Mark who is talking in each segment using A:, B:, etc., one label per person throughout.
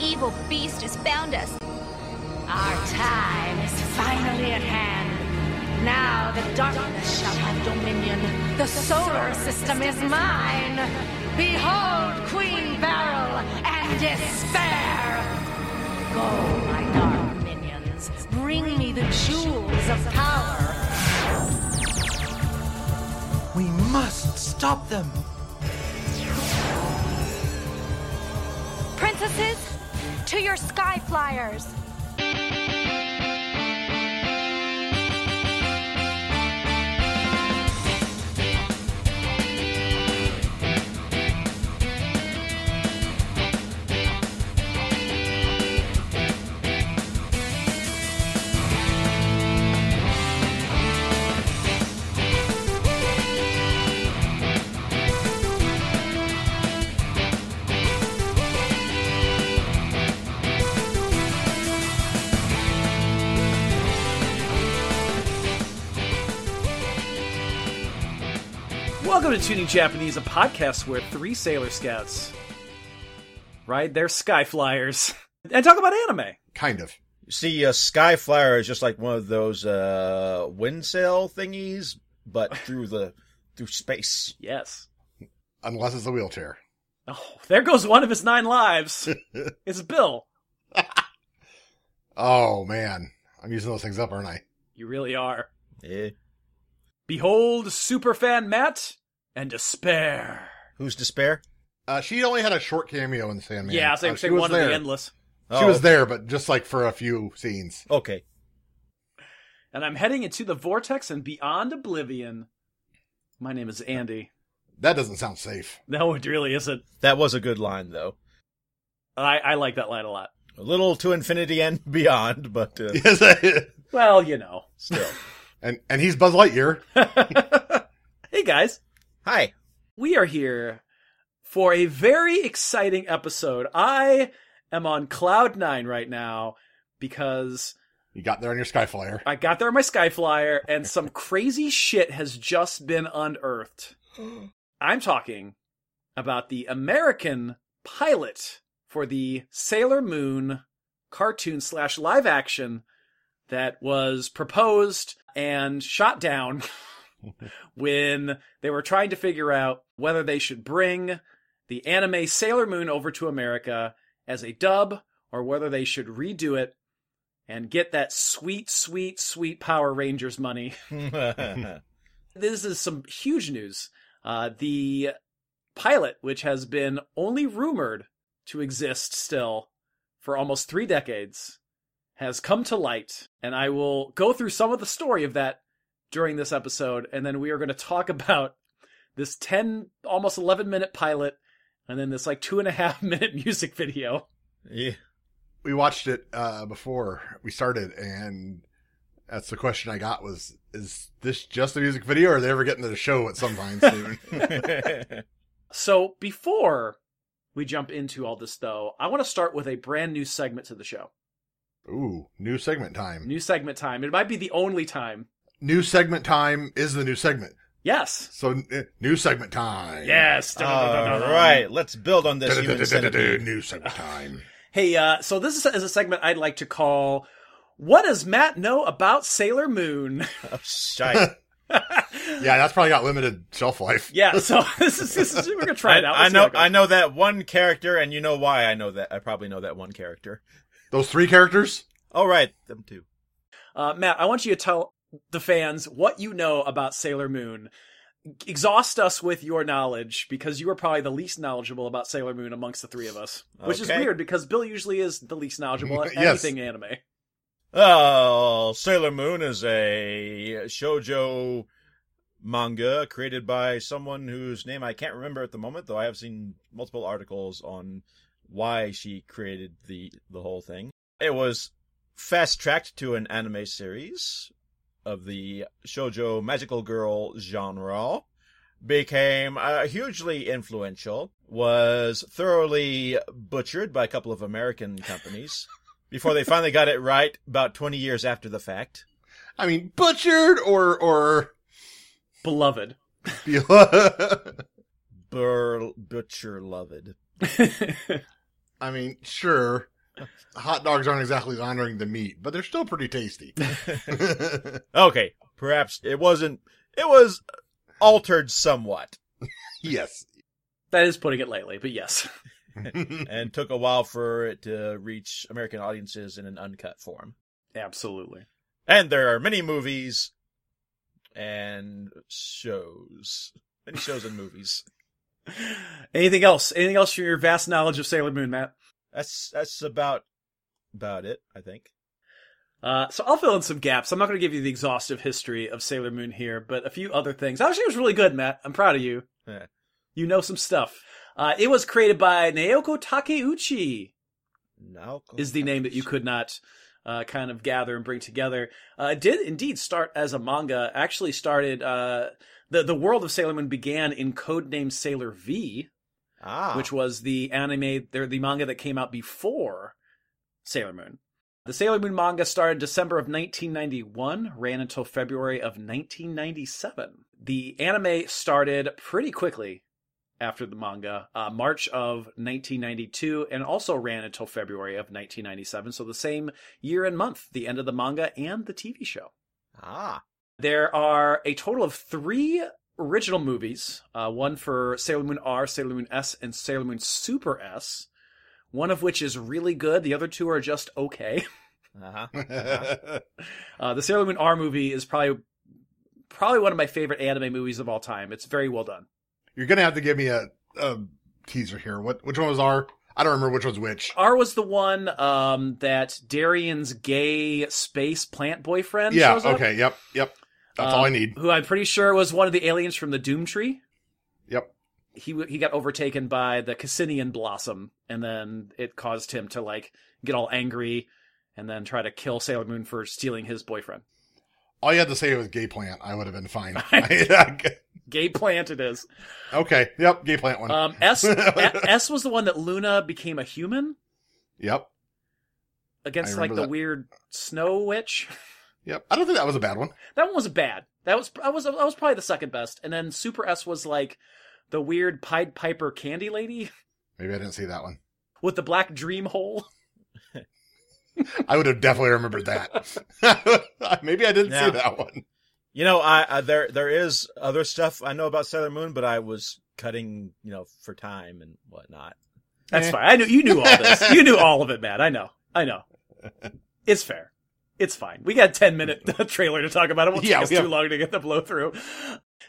A: evil beast has found us.
B: Our time is finally at hand. Now the darkness shall have dominion. The solar system is mine. Behold Queen Beryl and despair. Go, my dark minions. Bring me the jewels of power.
C: We must stop them.
D: Princesses, to your sky flyers.
E: Welcome to Tuning Japanese, a podcast where three sailor scouts ride their sky flyers and talk about anime.
F: Kind of.
G: See, uh, Skyflyer is just like one of those uh, wind sail thingies, but through the through space.
E: Yes.
F: Unless it's a wheelchair.
E: Oh, there goes one of his nine lives. it's Bill.
F: Oh, man. I'm using those things up, aren't I?
E: You really are.
G: Eh.
E: Behold, superfan Matt and despair.
G: Who's despair?
F: Uh, she only had a short cameo in Sandman.
E: Yeah, say,
F: Uh,
E: say
F: she was
E: one
F: there.
E: of the endless.
F: She
G: Oh,
F: was there, but just like for a few scenes.
G: Okay.
E: And I'm heading into the vortex and beyond oblivion. My name is Andy.
F: That doesn't sound safe.
E: No, it really isn't.
G: That was a good line though.
E: I, I like that line a lot.
G: A little to infinity and beyond, but uh,
F: Yes.
E: Well, you know.
G: still.
F: and and he's Buzz Lightyear.
E: Hey, guys.
G: Hi.
E: We are here for a very exciting episode. I am on cloud nine right now because
F: You got there on your Skyflyer.
E: I got there on my Skyflyer and some crazy shit has just been unearthed. I'm talking about the American pilot for the Sailor Moon cartoon slash live action that was proposed and shot down when they were trying to figure out whether they should bring the anime Sailor Moon over to America as a dub or whether they should redo it and get that sweet, sweet, sweet Power Rangers money. This is some huge news. Uh, the pilot, which has been only rumored to exist still for almost three decades, has come to light. And I will go through some of the story of that during this episode. And then we are going to talk about this 10, almost 11 minute pilot, and then this like two and a half minute music video.
G: yeah.
F: We watched it uh, before we started, and that's the question I got was: Is this just a music video, or are they ever getting to the show at some time soon?
E: So before we jump into all this, though, I want to start with a brand new segment to the show.
F: Ooh, new segment time. New-,
E: New segment time. It might be the only time.
F: segment time is the new segment.
E: Yes.
F: So n- new segment time.
E: Yes.
G: All right, let's build on this human centipede.
F: New segment time.
E: Hey, uh, so this is is a segment I'd like to call "What Does Matt Know About Sailor Moon?"
G: Oh, shite.
F: Yeah, that's probably got limited shelf life.
E: yeah. So this is, this is we're gonna try
G: I,
E: it out.
G: I
E: Let's see
G: know.
E: how it goes.
G: I know that one character, and you know why I know that. I probably know that one character.
F: Those three characters?
G: All right, them two.
E: Uh, Matt, I want you to tell the fans what you know about Sailor Moon. Exhaust us with your knowledge because you are probably the least knowledgeable about Sailor Moon amongst the three of us, which is
G: Okay.
E: weird because Bill usually is the least knowledgeable at
F: Yes.
E: anything anime.
G: Oh, Sailor Moon is a shojo manga created by someone whose name I can't remember at the moment, though I have seen multiple articles on why she created the the whole thing. It was fast tracked to an anime series of the shojo magical girl genre became uh, hugely influential was thoroughly butchered by a couple of american companies before they finally got it right about 20 years after the fact.
F: I mean, butchered or or
E: Beloved.
F: I
G: Bur- butcher loved.
F: mean, sure. hot dogs aren't exactly honoring the meat, but they're still pretty tasty.
G: Okay, perhaps it wasn't. It was altered somewhat
F: yes.
E: That is putting it lightly, but yes.
G: and took a while for it to reach American audiences in an uncut form.
E: Absolutely.
G: And there are many movies and shows. Many shows and movies.
E: Anything else? Anything else from your vast knowledge of Sailor Moon, Matt?
G: That's that's about about it, I think.
E: Uh, so I'll fill in some gaps. I'm not going to give you the exhaustive history of Sailor Moon here, but a few other things. Actually, it was really good, Matt. I'm proud of you.
G: Yeah.
E: You know some stuff. Uh, it was created by Naoko Takeuchi,
G: Now
E: is the name that you could not uh, kind of gather and bring together. Uh, it did indeed start as a manga. Actually, started uh, the the world of Sailor Moon began in Codename Sailor V,
G: ah,
E: which was the anime, or the manga that came out before Sailor Moon. The Sailor Moon manga started December of 1991, ran until February of 1997. The anime started pretty quickly after the manga, uh, March of 1992, and also ran until February of 1997. So the same year and month, the end of the manga and the TV show.
G: ah,
E: There are a total of three original movies uh, one for Sailor Moon R, Sailor Moon S, and Sailor Moon Super S, one of which is really good, the other two are just okay.
G: uh-huh.
E: Uh, the Sailor Moon R movie is probably probably one of my favorite anime movies of all time. It's very well done.
F: You're gonna have to give me a, a teaser here. What which one was R? I don't remember which one's which.
E: R was the one um, that Darian's gay space plant boyfriend.
F: yeah.
E: shows up,
F: Okay. Yep. Yep. That's all I
E: um,
F: need.
E: Who I'm pretty sure was one of the aliens from the Doom Tree.
F: Yep.
E: he w- he got overtaken by the Cassinian blossom, and then it caused him to like get all angry, and then try to kill Sailor Moon for stealing his boyfriend.
F: All you had to say was gay plant. I would have been fine. okay.
E: Gay plant it is.
F: Yep. Gay plant one.
E: Um, S A- S was the one that Luna became a human
F: yep.
E: against
F: I
E: like
F: remember
E: the
F: that.
E: weird snow witch.
F: Yep. I don't think that was a bad one.
E: That one was bad. That was I was I was probably the second best, and then Super S was like the weird Pied Piper candy lady
F: Maybe I didn't see that one.
E: with the black dream hole.
F: I would have definitely remembered that. Maybe I didn't
G: Yeah.
F: see that one.
G: You know, I, I there there is other stuff I know about Sailor Moon, but I was cutting, you know, for time and whatnot.
E: That's
F: Eh.
E: fine. I knew you knew all this. you knew all of it, Matt. I know. I know. It's fair. It's fine. We got a ten minute trailer to talk about. It won't
F: Yeah,
E: take us
F: we
E: too
F: have-
E: long to get the blow through.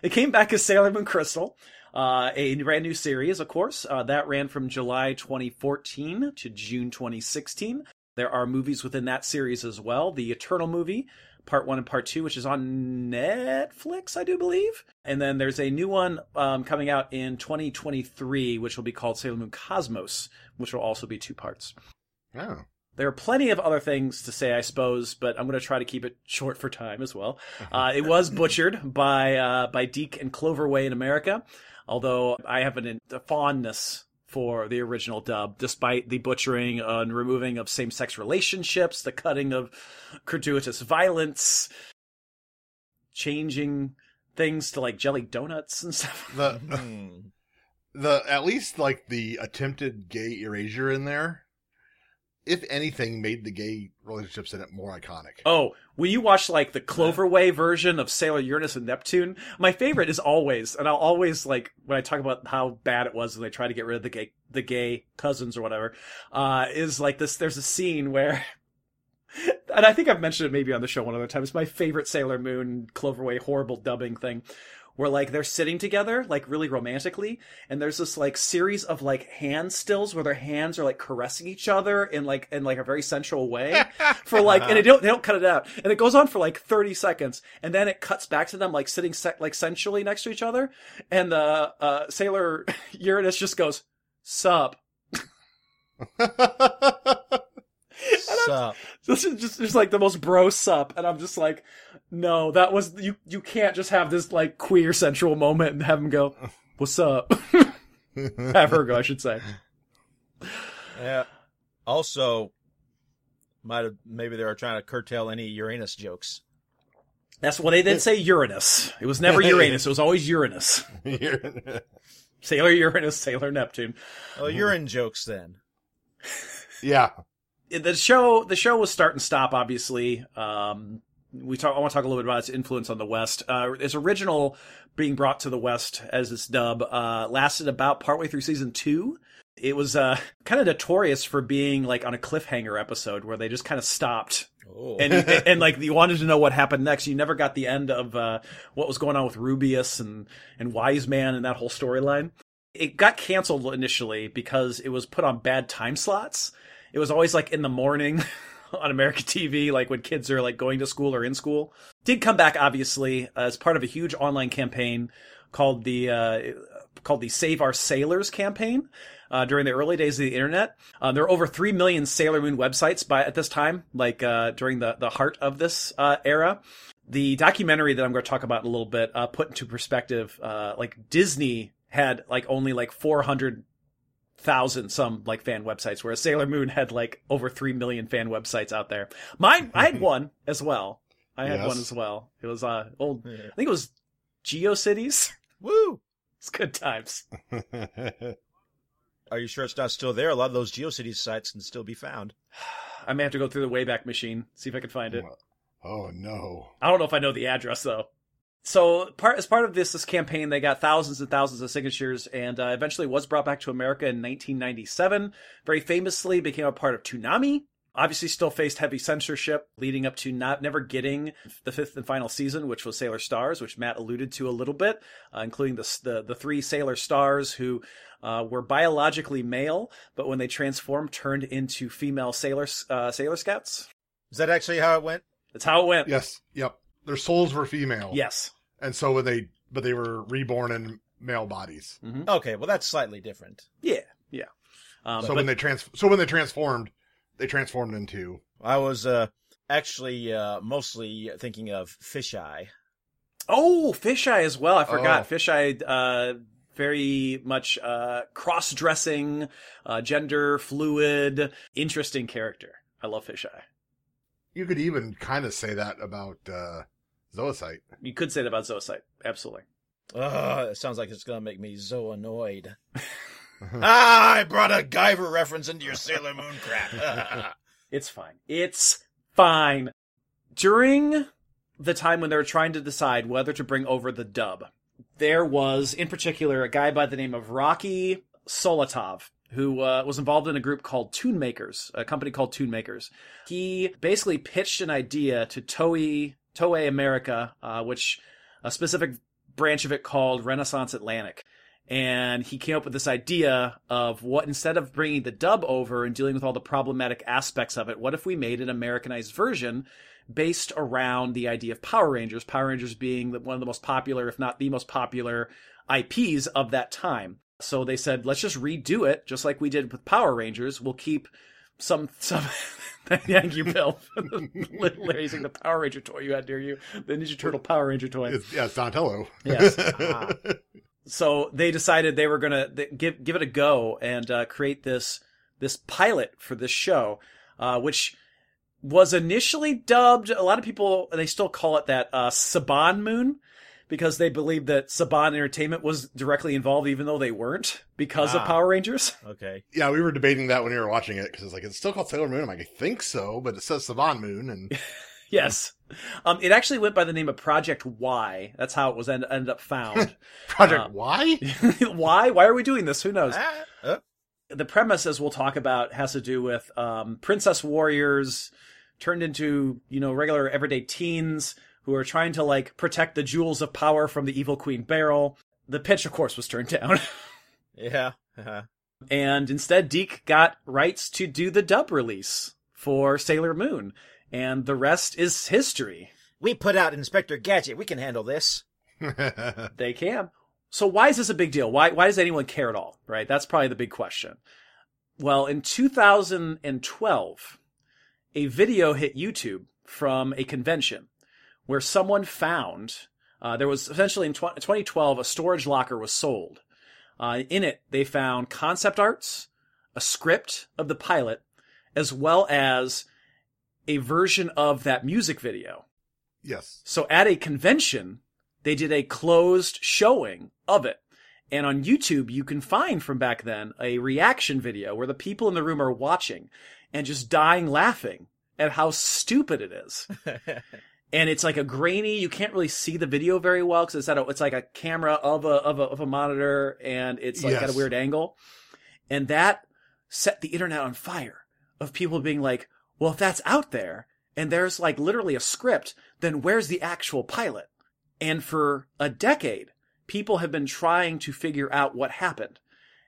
E: It came back as Sailor Moon Crystal, uh, a brand new series, of course. Uh, that ran from July 2014 to June 2016. There are movies within that series as well. The Eternal movie, part one and part two, which is on Netflix, I do believe. And then there's a new one um, coming out in 2023, which will be called Sailor Moon Cosmos, which will also be two parts.
F: Oh.
E: There are plenty of other things to say, I suppose, but I'm going to try to keep it short for time as well. Uh, it was butchered by uh, by Deke and Cloverway in America, although I have an, a fondness for the original dub, despite the butchering and removing of same-sex relationships, the cutting of gratuitous violence, changing things to like jelly donuts and stuff.
F: The
G: Hmm.
F: the at least like the attempted gay erasure in there, if anything, made the gay relationships in it more iconic.
E: Oh, when you watch like the Cloverway version of Sailor Uranus and Neptune, my favorite is always, and I'll always like when I talk about how bad it was and they try to get rid of the gay the gay cousins or whatever, uh, is like this. There's a scene where. And I think I've mentioned it maybe on the show one other time. It's my favorite Sailor Moon Cloverway horrible dubbing thing, where like they're sitting together, like really romantically, and there's this like series of like hand stills where their hands are like caressing each other in like in like a very sensual way for like and they don't they don't cut it out and it goes on for like 30 seconds and then it cuts back to them like sitting se- like sensually next to each other and the uh sailor uranus just goes sup
G: Sup.
E: this is just, just like the most bro sup and i'm just like no that was you you can't just have this like queer sensual moment and have him go what's up have her go i should say
G: Yeah. Also, might have maybe they were trying to curtail any Uranus jokes.
E: that's what they did say uranus it was never uranus it was always uranus sailor uranus sailor neptune
G: Oh, urine jokes then.
F: yeah.
E: the show the show was start and stop obviously um we talk i want to talk a little bit about its influence on the west uh its original being brought to the west as this dub uh lasted about partway through season two it was uh kind of notorious for being like on a cliffhanger episode where they just kind of stopped
G: Oh.
E: and, and and, like you wanted to know what happened next you never got the end of uh what was going on with rubius and and wise man and that whole storyline it got canceled initially because it was put on bad time slots it was always like in the morning on American TV, like when kids are like going to school or in school. Did come back obviously as part of a huge online campaign called the uh, called the Save Our Sailors campaign. Uh, during the early days of the internet, uh, there were over three million Sailor Moon websites by at this time, like uh, during the the heart of this uh, era. The documentary that I'm going to talk about in a little bit uh, put into perspective, uh, like Disney had like only like 400 thousand some like fan websites, whereas Sailor Moon had like over three million fan websites out there. Mine, I had one as well. I had
F: Yes.
E: one as well. It was uh old. I think it was GeoCities.
G: Woo!
E: It's good times.
G: Are you sure it's not still there? A lot of those GeoCities sites can still be found.
E: I may have to go through the Wayback Machine see if I can find it.
F: oh no.
E: I don't know if I know the address though. So part as part of this this campaign, they got thousands and thousands of signatures, and uh, eventually was brought back to America in 1997. Very famously, became a part of Toonami. Obviously, still faced heavy censorship leading up to not never getting the fifth and final season, which was Sailor Stars, which Matt alluded to a little bit, uh, including the, s- the the three Sailor Stars who uh, were biologically male, but when they transformed, turned into female Sailor s- uh, Sailor Scouts.
G: Is that actually how it went?
E: That's how it went.
F: Yes. Yep. Their souls were female.
E: Yes.
F: And so when they, but they were reborn in male bodies.
G: Okay, well that's slightly different.
E: Yeah. Yeah. Um,
F: so
E: but-
F: when they trans, so when they transformed, they transformed into
G: I was uh, actually uh, mostly thinking of fisheye.
E: Oh, fisheye as well. I forgot
F: Oh.
E: fisheye. Uh, very much uh, cross-dressing, uh, gender fluid, interesting character. I love fisheye.
F: You could even kind of say that about uh, Zoocyte.
E: You could say that about Zoocyte. Absolutely.
G: Ugh, it sounds like it's gonna make me so annoyed. ah, I brought a Guyver reference into your Sailor Moon crap.
E: It's fine. It's fine. During the time when they were trying to decide whether to bring over the dub, there was, in particular, a guy by the name of Rocky Solotov, who uh, was involved in a group called Tune Makers, a company called Tune Makers. He basically pitched an idea to Toei, Toei America, uh, which a specific branch of it called Renaissance Atlantic. And he came up with this idea of what instead of bringing the dub over and dealing with all the problematic aspects of it, what if we made an Americanized version based around the idea of Power Rangers? Power Rangers being the- one of the most popular, if not the most popular, IPs of that time. So they said, let's just redo it, just like we did with Power Rangers. We'll keep some some that Yankee Bill raising the Power Ranger toy you had near you, the Ninja Turtle Power Ranger toy.
F: It's, yeah, it's Donatello.
E: Yes. Ah. So they decided they were gonna th- give give it a go and uh, create this this pilot for this show, uh, which was initially dubbed. A lot of people they still call it that uh, Saban Moon because they believe that Saban Entertainment was directly involved, even though they weren't because of
G: Ah.
E: Power Rangers.
G: okay.
F: Yeah, we were debating that when we were watching it because it's like it's still called Sailor Moon. I'm like, I think so, but it says Saban Moon, and
E: yes, um, it actually went by the name of Project Y. That's how it was end- ended up found.
F: Project
E: Uh,
F: Y.
E: Why? Why are we doing this? Who knows?
G: Ah, uh,
E: the premise, as we'll talk about, has to do with um, princess warriors turned into you know regular everyday teens who are trying to like protect the jewels of power from the evil queen Beryl. The pitch, of course, was turned down,
G: yeah. uh-huh.
E: and instead Deke got rights to do the dub release for Sailor Moon, and the rest is history.
G: we put out Inspector Gadget. We can handle this.
E: They can. So why is this a big deal? Why why does anyone care at all? Right? That's probably the big question. Well, in 2012, a video hit YouTube from a convention where someone found uh, there was essentially in tw- 2012 a storage locker was sold. Uh, in it, they found concept arts, a script of the pilot, as well as a version of that music video.
F: yes.
E: So at a convention, they did a closed showing of it. And on YouTube, you can find from back then a reaction video where the people in the room are watching and just dying laughing at how stupid it is. and it's like a grainy, you can't really see the video very well because it's at a, it's like a camera of a, of a, of a monitor and it's like at a
F: Yes.
E: weird angle. And that set the internet on fire of people being like, well, if that's out there and there's like literally a script, then where's the actual pilot? And for a decade, people have been trying to figure out what happened.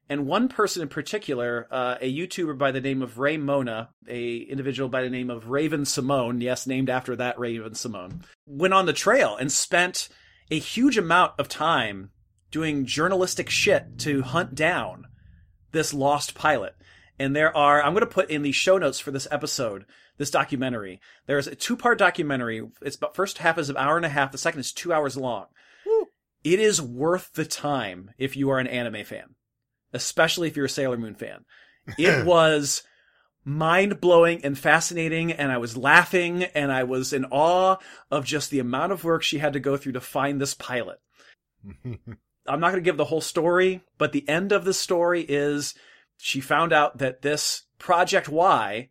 E: And one person in particular, uh, a YouTuber by the name of Ray Mona, a individual by the name of Raven Simone, yes, named after that Raven Simone, went on the trail and spent a huge amount of time doing journalistic shit to hunt down this lost pilot. And there are, I'm going to put in the show notes for this episode, this documentary. There is a two part documentary. It's about first half is an hour and a half. The second is two hours long. It is worth the time if you are an anime fan, especially if you're a Sailor Moon fan. It was mind blowing and fascinating. And I was laughing and I was in awe of just the amount of work she had to go through to find this pilot. I'm not going to give the whole story, but the end of the story is she found out that this Project Y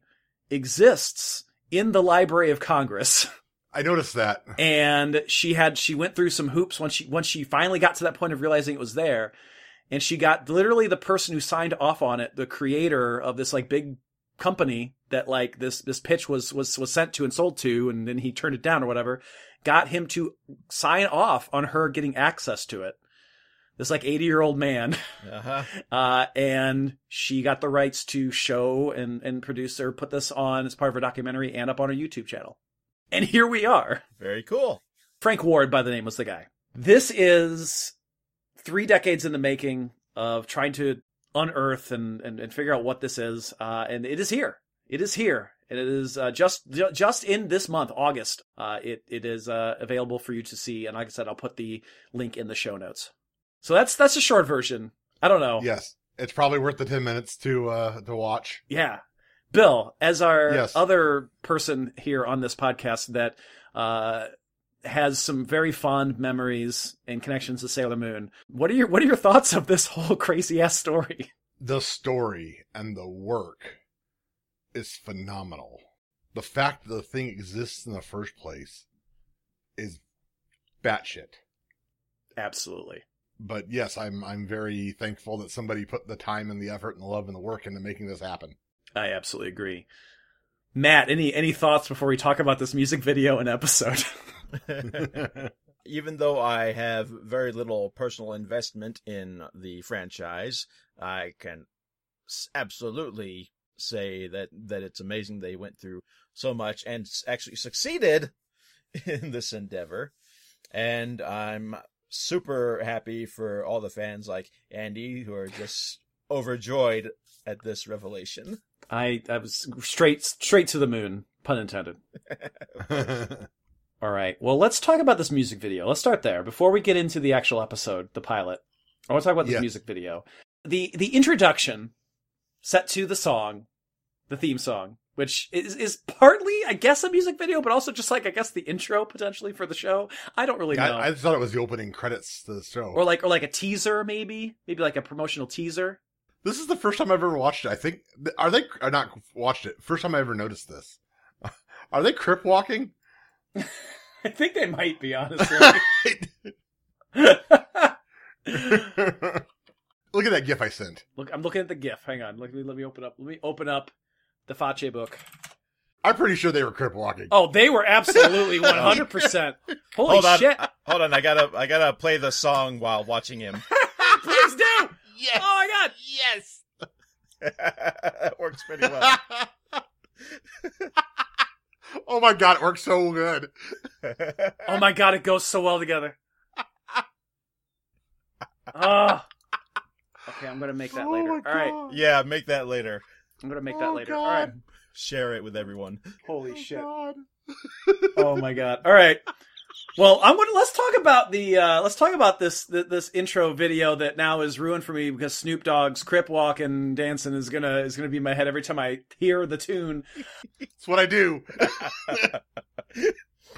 E: exists in the Library of Congress.
F: I noticed that.
E: And she had, she went through some hoops once she, once she finally got to that point of realizing it was there. And she got literally the person who signed off on it, the creator of this like big company that like this, this pitch was, was, was sent to and sold to. And then he turned it down or whatever, got him to sign off on her getting access to it. This like 80 year old man.
G: Uh-huh.
E: Uh, and she got the rights to show and, and produce or put this on as part of her documentary and up on her YouTube channel. And here we are.
G: Very cool.
E: Frank Ward, by the name, was the guy. This is three decades in the making of trying to unearth and, and, and figure out what this is. Uh, and it is here. It is here. And it is uh, just ju- just in this month, August. Uh, it it is uh, available for you to see. And like I said, I'll put the link in the show notes. So that's that's a short version. I don't know.
F: Yes, it's probably worth the ten minutes to uh to watch.
E: Yeah. Bill, as our
F: Yes.
E: other person here on this podcast that uh, has some very fond memories and connections to Sailor Moon, what are your what are your thoughts of this whole crazy ass story?
F: the story and the work is phenomenal. The fact that the thing exists in the first place is batshit.
E: Absolutely.
F: But yes, I'm I'm very thankful that somebody put the time and the effort and the love and the work into making this happen.
E: I absolutely agree. Matt, any any thoughts before we talk about this music video and episode?
G: Even though I have very little personal investment in the franchise, I can s- absolutely say that that it's amazing they went through so much and s- actually succeeded in this endeavor. And I'm super happy for all the fans like Andy who are just overjoyed at this revelation.
E: I I was straight straight to the moon, pun intended. All right. Well, let's talk about this music video. Let's start there. Before we get into the actual episode, the pilot, I want to talk about this
F: Yeah.
E: music video. The the introduction set to the song, the theme song, which is is partly, I guess, a music video, but also just like I guess the intro potentially for the show. I don't really know.
F: I, I just thought it was the opening credits to the show.
E: or like or like a teaser maybe, maybe like a promotional teaser.
F: this is the first time I've ever watched it. I think are they are not watched it. First time I ever noticed this. Are they crip walking?
E: I think they might be honestly.
F: Look at that gif I sent.
E: Look, I'm looking at the GIF. Hang on. Let me let me open up. Let me open up the Fache book.
F: I'm pretty sure they were crip walking.
E: Oh, they were absolutely 100%. Holy
G: Hold on.
E: shit.
G: I- Hold on, I gotta I gotta play the song while watching him.
E: Please do.
F: Yes.
E: Oh my god.
F: Yes.
G: that works pretty well.
F: oh my god, it works so good.
E: Oh my god, it goes so well together. Oh. Okay, I'm going to make that later. All right.
G: yeah, make that later.
E: I'm going to make that
F: Oh,
E: later.
F: God.
E: All right.
G: Share it
E: Mm.
G: with everyone.
E: Holy shit.
F: God.
E: Oh my god. All right. Well, I'm going to let's talk about the uh let's talk about this th- this intro video that now is ruined for me because Snoop Dogg's Crip Walk and dancing is going to is going to be in my head every time I hear the tune.
F: That's what I do.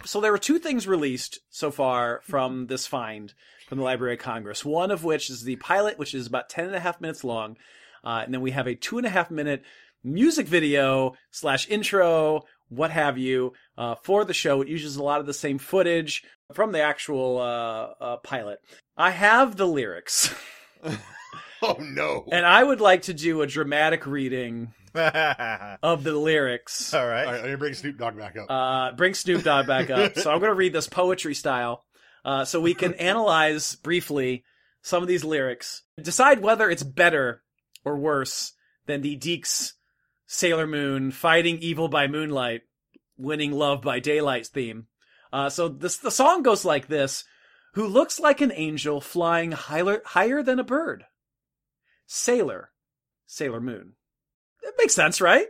E: so there were two things released so far from this find from the Library of Congress. One of which is the pilot, which is about ten and a half minutes long, uh, and then we have a two and a half minute music video slash intro, what have you, uh, for the show. It uses a lot of the same footage from the actual uh, uh, pilot. I have the lyrics,
F: Oh no!
E: and I would like to do a dramatic reading
G: All
E: of the lyrics.
F: All
G: right.
F: right, let me bring Snoop Dogg back up.
E: Uh, bring Snoop Dogg back up. So I'm going to read this poetry style uh, so we can analyze briefly some of these lyrics. Decide whether it's better or worse than the Deeks Sailor Moon fighting evil by moonlight, winning love by daylight theme. Uh, so this, the song goes like this Who looks like an angel flying higher, higher than a bird? Sailor, Sailor Moon. That makes sense, right?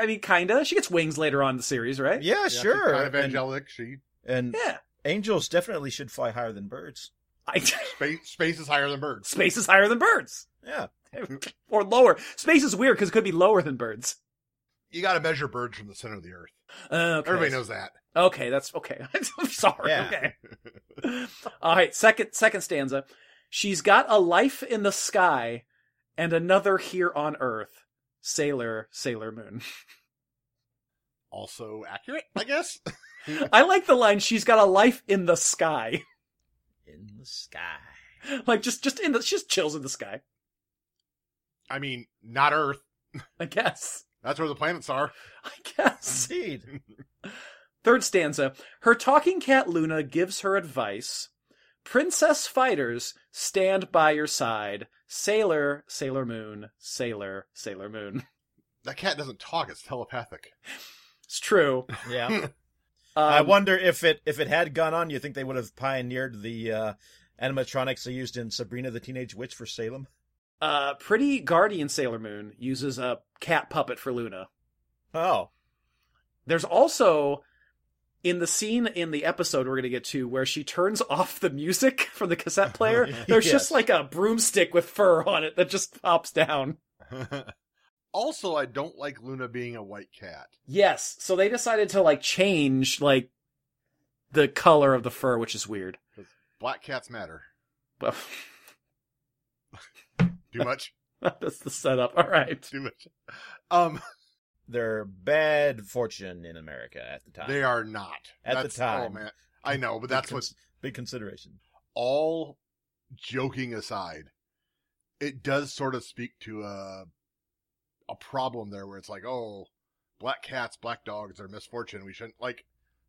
E: I mean, kinda. She gets wings later on in the series, right?
G: Yeah,
F: Yeah, she's
G: sure.
F: Kind of
G: And-
F: angelic. She
G: and
E: Yeah.
G: angels definitely should fly higher than birds.
E: I,
F: space, space is higher than birds.
E: space is higher than birds
G: Yeah.
E: or lower. Space is weird because it could be lower than birds.
F: You got to measure birds from the center of the earth.
E: Uh, okay.
F: Everybody knows that.
E: Okay, that's okay. I'm sorry.
G: Yeah.
E: Okay. All right. Second second stanza. She's got a life in the sky and another here on earth. Sailor, Sailor Moon.
F: Also accurate, I guess.
E: I like the line. She's got a life in the sky.
G: In the sky.
E: like just just in the she just chills in the sky.
F: I mean, not Earth.
E: I guess.
F: That's where the planets are.
E: I guess.
G: Indeed.
E: Third stanza. Her talking cat Luna gives her advice. Princess fighters, stand by your side. Sailor, Sailor Moon, Sailor, Sailor Moon.
F: That cat doesn't talk. It's telepathic.
E: It's true.
G: Yeah.
E: Um,
G: I wonder if it if it had gone on, you think they would have pioneered the uh, animatronics they used in Sabrina the Teenage Witch for Salem?
E: uh, pretty guardian Sailor Moon uses a cat puppet for Luna.
G: Oh.
E: There's also in the scene in the episode we're going to get to where she turns off the music from the cassette player. There's
G: Oh, Yes.
E: just like a broomstick with fur on it that just pops down.
F: also, I don't like Luna being a white cat.
E: Yes. So they decided to like change like the color of the fur, which is weird.
F: Black cats matter.
E: Well,
F: Too much.
E: that's the setup. All right.
F: Too much. Um,
G: Their bad fortune in America at the time.
F: they are not
G: At the
F: That's-
G: time.
F: Oh man, I know, but that's what.
G: big consideration.
F: All joking aside, it does sort of speak to a a problem there, where it's like, oh, black cats, black dogs are misfortune. We shouldn't like.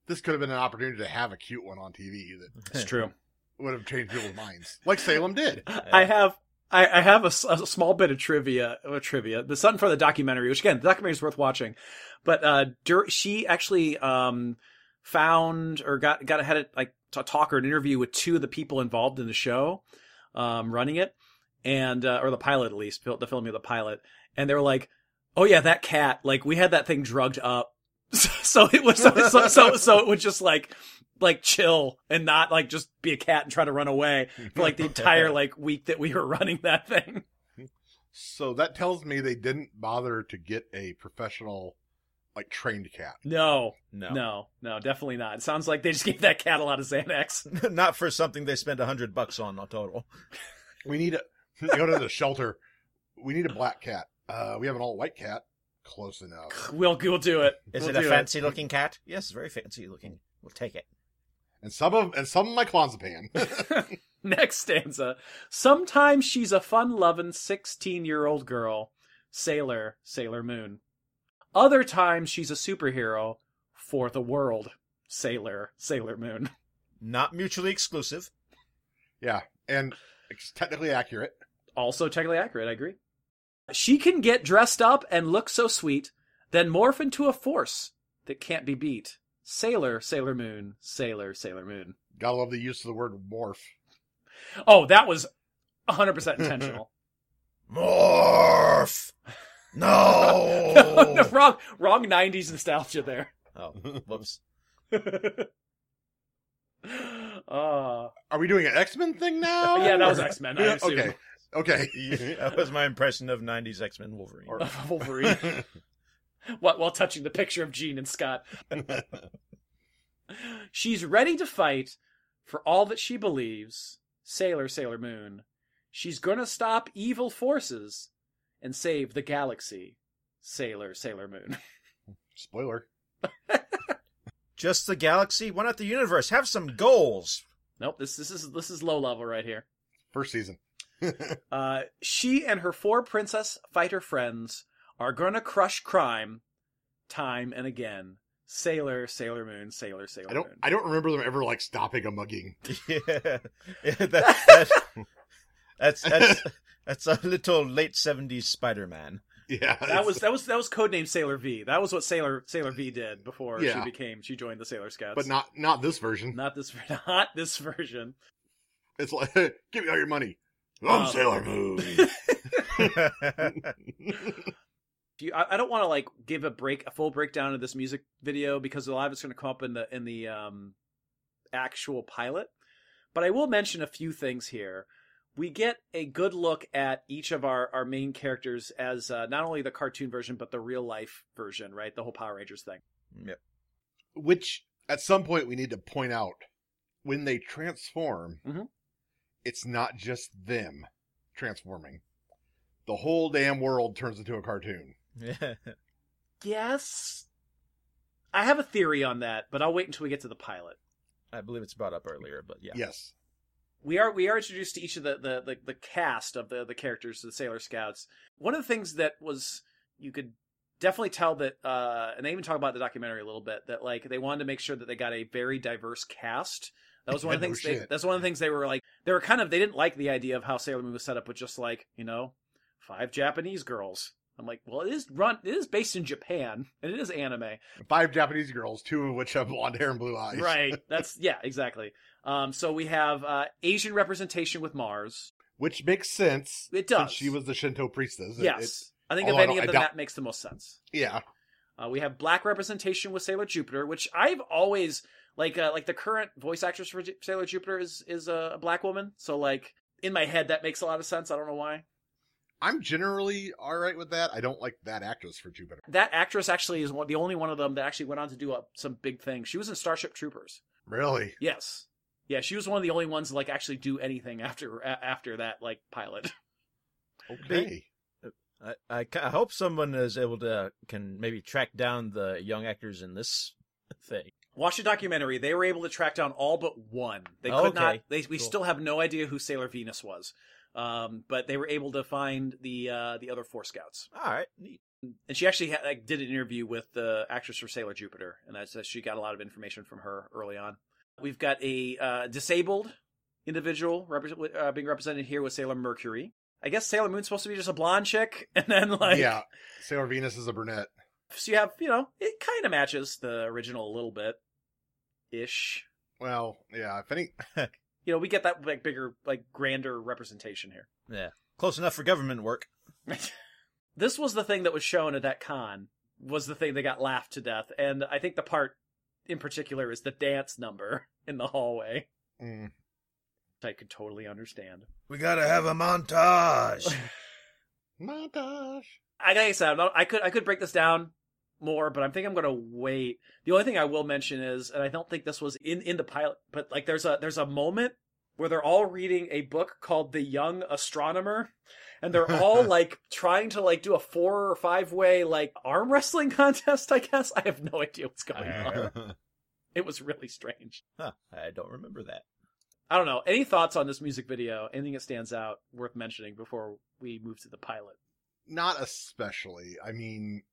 F: This could have been an opportunity to have a cute one on TV that
E: It's true.
F: would have changed people's minds, like Salem did.
E: I have. I I have a, s- a small bit of trivia, uh, trivia. The something for the documentary, which again, the documentary is worth watching. But uh, dur- she actually um found or got got had a, like a talk or an interview with two of the people involved in the show, um, running it, and uh, or the pilot at least, fil- the filming of the pilot, and they were like, "Oh yeah, that cat, like we had that thing drugged up, so it was so so so, so it would just like." like chill and not like just be a cat and try to run away for like the entire like week that we were running that thing.
F: So that tells me they didn't bother to get a professional, like trained cat.
E: No,
G: No.
E: no, no, definitely not. It sounds like they just gave that cat a lot of Xanax.
G: Not for something they spend a hundred bucks on in total.
F: We need a go to the shelter. We need a black cat. Uh, we have an all white cat. Close enough.
E: We'll we'll do it.
G: Is
E: We'll
G: it a
E: do
G: fancy looking cat? Yes, very fancy looking. We'll take it.
F: And some of and some of my clonazepam.
E: Next stanza. Sometimes she's a fun-loving sixteen-year-old girl, sailor, Sailor Moon. Other times she's a superhero for the world, sailor, Sailor Moon.
G: Not mutually exclusive.
F: yeah, and it's technically accurate.
E: also technically accurate. I agree. She can get dressed up and look so sweet, then morph into a force that can't be beat. Sailor, Sailor Moon, Sailor, Sailor Moon.
F: Gotta love the use of the word morph.
E: Oh, that was 100% intentional.
G: Morph. No.
F: Oh.
E: No, wrong, wrong 90s nostalgia there.
G: Oh, whoops.
E: uh,
F: Are we doing an X Men thing now?
E: yeah, that was X Men. I
F: Yeah,
E: assume.
F: okay. Okay.
G: that was my impression of '90s X-Men Wolverine.
F: Or-
E: Wolverine. while, while touching the picture of Jean and Scott. She's ready to fight for all that she believes, Sailor Sailor Moon. She's gonna stop evil forces and save the galaxy, Sailor Sailor Moon.
F: Spoiler.
G: Just the galaxy? Why not the universe? Have some goals.
E: nope, this this is this is low level right here.
F: First season.
E: Uh, she and her four princess fighter friends are gonna crush crime, time and again. Sailor, Sailor Moon, Sailor, Sailor
F: I don't.
E: Moon.
F: I don't remember them ever like stopping a mugging.
G: Yeah. Yeah, that, that, that's, that's, that's a little late 70s Spider Man.
F: Yeah,
E: that was that was that was codename Sailor V. That was what Sailor Sailor V did before
F: Yeah.
E: she became she joined the Sailor Scouts.
F: but not not this version.
E: not this not this version.
F: It's like, give me all your money. I'm
E: Um,
F: Sailor Moon.
E: Do you, I, I don't want to like give a break a full breakdown of this music video because a lot of it's going to come up in the in the um, actual pilot. But I will mention a few things here. We get a good look at each of our our main characters as uh, not only the cartoon version but the real life version, right? The whole Power Rangers thing.
G: Yep.
F: Which at some point we need to point out when they transform,
E: Mhm.
F: it's not just them transforming. The whole damn world turns into a cartoon.
G: Yeah.
E: Yes. I have a theory on that, but I'll wait until we get to the pilot.
G: I believe it's brought up earlier, but yeah.
F: Yes.
E: we are we are introduced to each of the the the, the cast of the the characters the Sailor Scouts. One of the things that was you could definitely tell that uh and they even talk about the documentary a little bit that like they wanted to make sure that they got a very diverse cast. That was one of the
F: No
E: things they,
F: shit.
E: that's one of the things they were like they were kind of they didn't like the idea of how Sailor Moon was set up with just like, you know, five Japanese girls. I'm like, well, it is run it is based in Japan and it is anime.
F: Five Japanese girls, two of which have blonde hair and blue eyes.
E: Right. That's yeah, exactly. Um so we have uh Asian representation with Mars.
F: Which makes sense.
E: It
F: since
E: does.
F: she was the Shinto priestess. It-
E: Yes. I think of
F: although I
E: any
F: don't-
E: of
F: I
E: them,
F: doubt-
E: that makes the most sense.
F: it- yeah.
E: Uh, we have black representation with Sailor Jupiter, which I've always like. Uh, like the current voice actress for Ju- Sailor Jupiter is is a black woman, so like in my head that makes a lot of sense. I don't know why.
F: I'm generally all right with that. I don't like that actress for Jupiter.
E: That actress actually is one, the only one of them that actually went on to do uh, some big things. She was in Starship Troopers.
F: Really?
E: Yes, yeah, she was one of the only ones to like actually do anything after a- after that like pilot.
F: Okay.
G: I, I, ca- I hope someone is able to uh, can maybe track down the young actors in this thing.
E: Watch the documentary. They were able to track down all but one. They could
G: Oh,
E: not.
G: okay.
E: They, we
G: Cool.
E: still have no idea who Sailor Venus was, um, but they were able to find the uh, the other four scouts.
G: All right, neat.
E: And she actually had, like, did an interview with the actress for Sailor Jupiter, and that's that she got a lot of information from her early on. We've got a uh, disabled individual represent, uh, being represented here with Sailor Mercury. I guess Sailor Moon's supposed to be just a blonde chick, and then like
F: yeah. Sailor Venus is a brunette.
E: so you have you know it kind of matches the original a little bit, ish.
F: Well, yeah. If any,
E: you know, we get that like bigger, like grander representation here.
G: Yeah, close enough for government work.
E: this was the thing that was shown at that con. Was the thing that got laughed to death, and I think the part in particular is the dance number in the hallway.
F: Mm.
E: which I could totally understand.
G: We gotta have a montage.
F: montage.
E: I like I said, I'm not, I could I could break this down more, but I'm thinking I'm gonna wait. The only thing I will mention is, and I don't think this was in in the pilot, but like there's a there's a moment where they're all reading a book called The Young Astronomer, and they're all like trying to like do a four or five way like arm wrestling contest. I guess I have no idea what's going
F: Uh.
E: on. It was really strange.
G: Huh, I don't remember that.
E: I don't know. Any thoughts on this music video? Anything that stands out worth mentioning before we move to the pilot?
F: Not especially. I mean,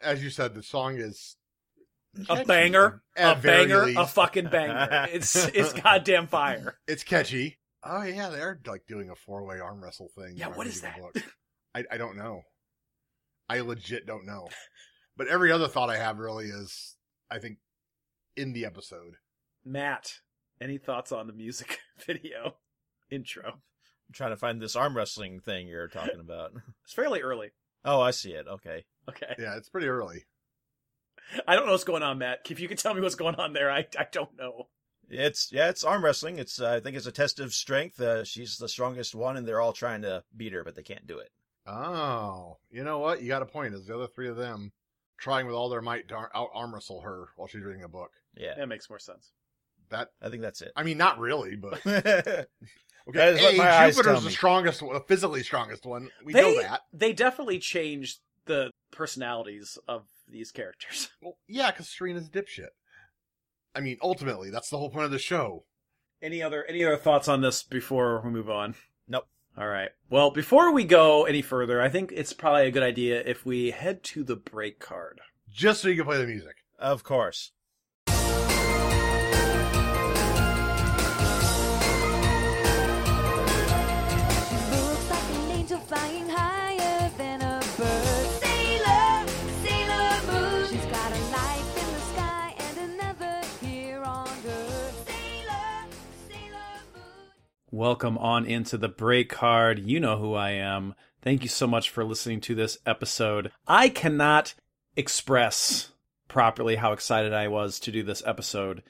F: as you said, the song is
E: a banger, a
F: At very
E: banger, a
F: least.
E: fucking banger. It's it's goddamn fire.
F: It's catchy. Oh yeah, they're like doing a four way arm wrestle thing.
E: Yeah,
F: when I
E: what
F: read
E: is
F: the
E: that?
F: book. I, I don't know. I legit don't know. But every other thought I have really is, I think, in the episode.
E: Matt, any thoughts on the music video intro?
G: I'm trying to find this arm wrestling thing you're talking about.
E: It's fairly early.
G: Oh, I see it. Okay.
E: Okay,
F: Yeah, it's pretty early.
E: I don't know what's going on, Matt. If you could tell me what's going on there, I I don't know.
G: It's yeah, it's arm wrestling. It's uh, I think it's a test of strength. Uh, she's the strongest one, and they're all trying to beat her, but they can't do it.
F: Oh, you know what? You got a point. Is the other three of them trying with all their might to ar- out arm wrestle her while she's reading a book?
G: Yeah.
E: That makes more sense.
F: That
G: I think that's it.
F: I mean, not really, but
G: That is what my eyes
F: Jupiter's
G: tell
F: the
G: me.
F: strongest, one, the physically strongest one. We
E: they,
F: know that.
E: They definitely changed the personalities of these characters.
F: Well, yeah, because Serena's a dipshit. I mean, ultimately, that's the whole point of the show.
E: Any other any other thoughts on this before we move on?
G: Nope.
E: All right. Well, before we go any further, I think it's probably a good idea if we head to the break card.
F: Just so you can play the music.
G: of course.
D: Looks like an angel flying higher than a bird. Sailor, Sailor Moon. She's got a life in the sky and another here on earth. Sailor, Sailor Moon.
E: Welcome on into the break card. You know who I am. Thank you so much for listening to this episode. I cannot express properly how excited I was to do this episode.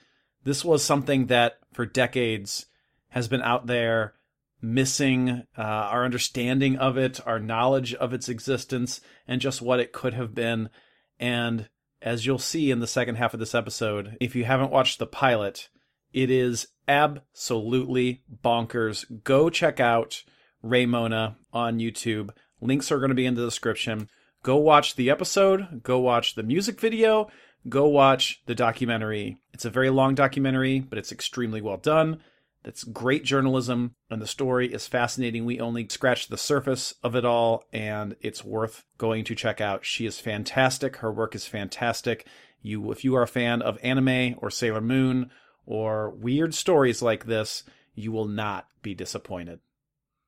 E: This was something that for decades has been out there missing uh, our understanding of it, our knowledge of its existence, and just what it could have been. And as you'll see in the second half of this episode, if you haven't watched the pilot, it is absolutely bonkers. Go check out Raymona on YouTube. Links are going to be in the description. Go watch the episode, go watch the music video, go watch the documentary. It's a very long documentary, but it's extremely well done. That's great journalism, and the story is fascinating. We only scratched the surface of it all, and it's worth going to check out. She is fantastic. Her work is fantastic. You, if you are a fan of anime or Sailor Moon or weird stories like this, you will not be disappointed.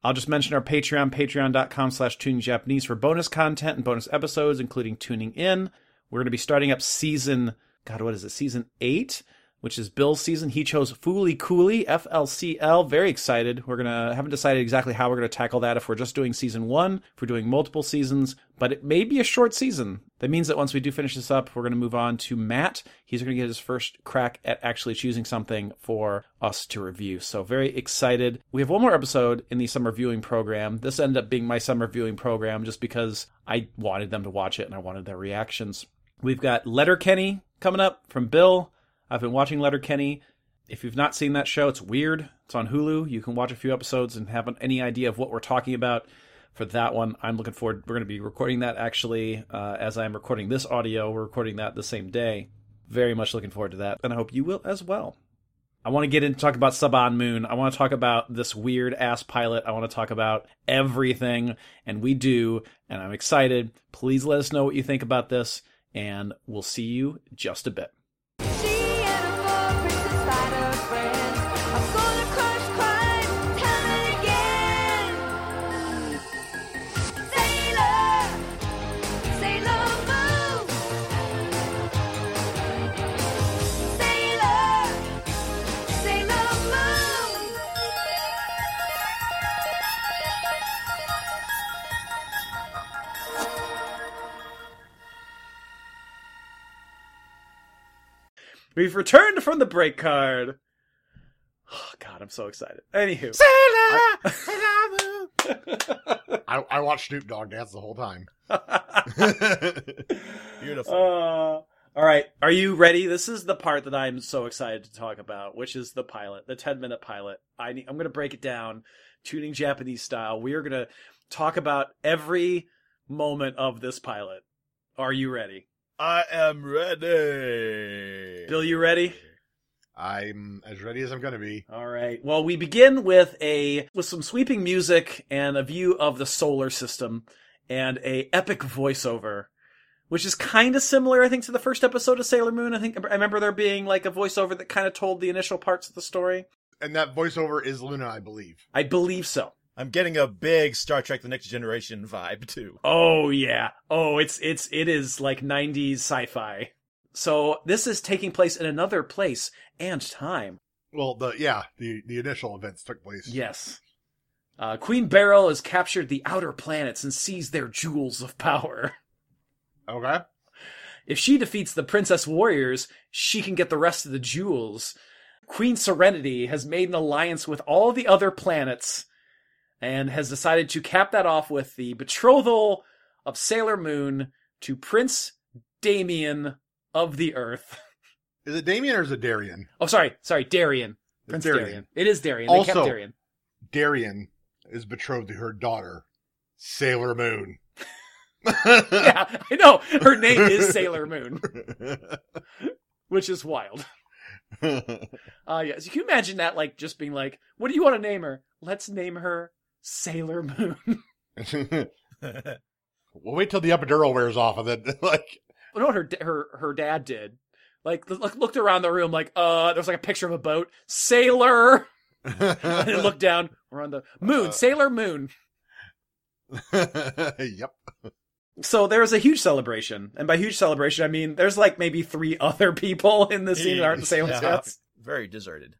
E: I'll just mention our Patreon, patreon.com slash tuning Japanese for bonus content and bonus episodes, including tuning in. We're going to be starting up season, God, what is it? Season eight, which is Bill's season. He chose Fooly Cooley, FLCL. Very excited. We're going to, haven't decided exactly how we're going to tackle that. If we're just doing season one, if we're doing multiple seasons, but it may be a short season. That means that once we do finish this up, we're going to move on to Matt. He's going to get his first crack at actually choosing something for us to review. So very excited. We have one more episode in the summer viewing program. This ended up being my summer viewing program just because I wanted them to watch it and I wanted their reactions. We've got Letterkenny coming up from Bill. I've been watching Letterkenny. If you've not seen that show, it's weird. It's on Hulu. You can watch a few episodes and have any idea of what we're talking about for that one. I'm looking forward. We're going to be recording that actually uh, as I'm recording this audio. We're recording that the same day. Very much looking forward to that, and I hope you will as well. I want to get into talk about Saban Moon. I want to talk about this weird ass pilot. I want to talk about everything, and we do, and I'm excited. Please let us know what you think about this, and we'll see you just a bit.
D: She and her four princess spider friends are gonna crush crime. Tell it again. Sailor, Sailor Moon. Sailor, Sailor Moon.
E: We've returned from the break card. Oh, God, I'm so excited. Anywho,
F: I, I watched Snoop Dogg dance the whole time.
G: Beautiful.
E: Uh, all right. Are you ready? This is the part that I'm so excited to talk about, which is the pilot, the 10 minute pilot. I need, I'm going to break it down, tuning Japanese style. We are going to talk about every moment of this pilot. Are you ready?
G: I am ready.
E: Bill, you ready?
F: I'm as ready as I'm going to be.
E: All right. Well, we begin with a with some sweeping music and a view of the solar system and a epic voiceover, which is kind of similar, I think, to the first episode of Sailor Moon. I think I remember there being like a voiceover that kind of told the initial parts of the story.
F: And that voiceover is Luna, I believe.
E: I believe so.
G: I'm getting a big Star Trek: The Next Generation vibe too.
E: Oh yeah. Oh, it's it's it is like 90s sci-fi. So this is taking place in another place and time.
F: Well, the yeah, the the initial events took place.
E: Yes. Uh, Queen Beryl has captured the outer planets and seized their jewels of power.
F: Okay.
E: If she defeats the Princess Warriors, she can get the rest of the jewels. Queen Serenity has made an alliance with all the other planets and has decided to cap that off with the betrothal of Sailor Moon to Prince Damien of the Earth.
F: Is it Damien or is it Darien?
E: Oh, sorry, sorry, Darian.
F: It's
E: Prince Darian.
F: Darian.
E: It is Darian. they kept
F: Also-
E: Darian.
F: Darien is betrothed to her daughter, Sailor Moon.
E: Yeah, I know. Her name is Sailor Moon, which is wild. Uh, yeah. So can you imagine that, like, just being like, what do you want to name her? Let's name her Sailor Moon.
F: we'll wait till the epidural wears off, and then like,
E: you know what her da- her her dad did? Like look, looked around the room, like uh, there was like a picture of a boat, sailor, and then looked down. We're on the moon,
F: Uh.
E: sailor moon.
F: yep.
E: So there was a huge celebration, and by huge celebration, I mean there's like maybe three other people in the scene that aren't the sailors.
G: Yeah.
E: That's-
G: Very deserted.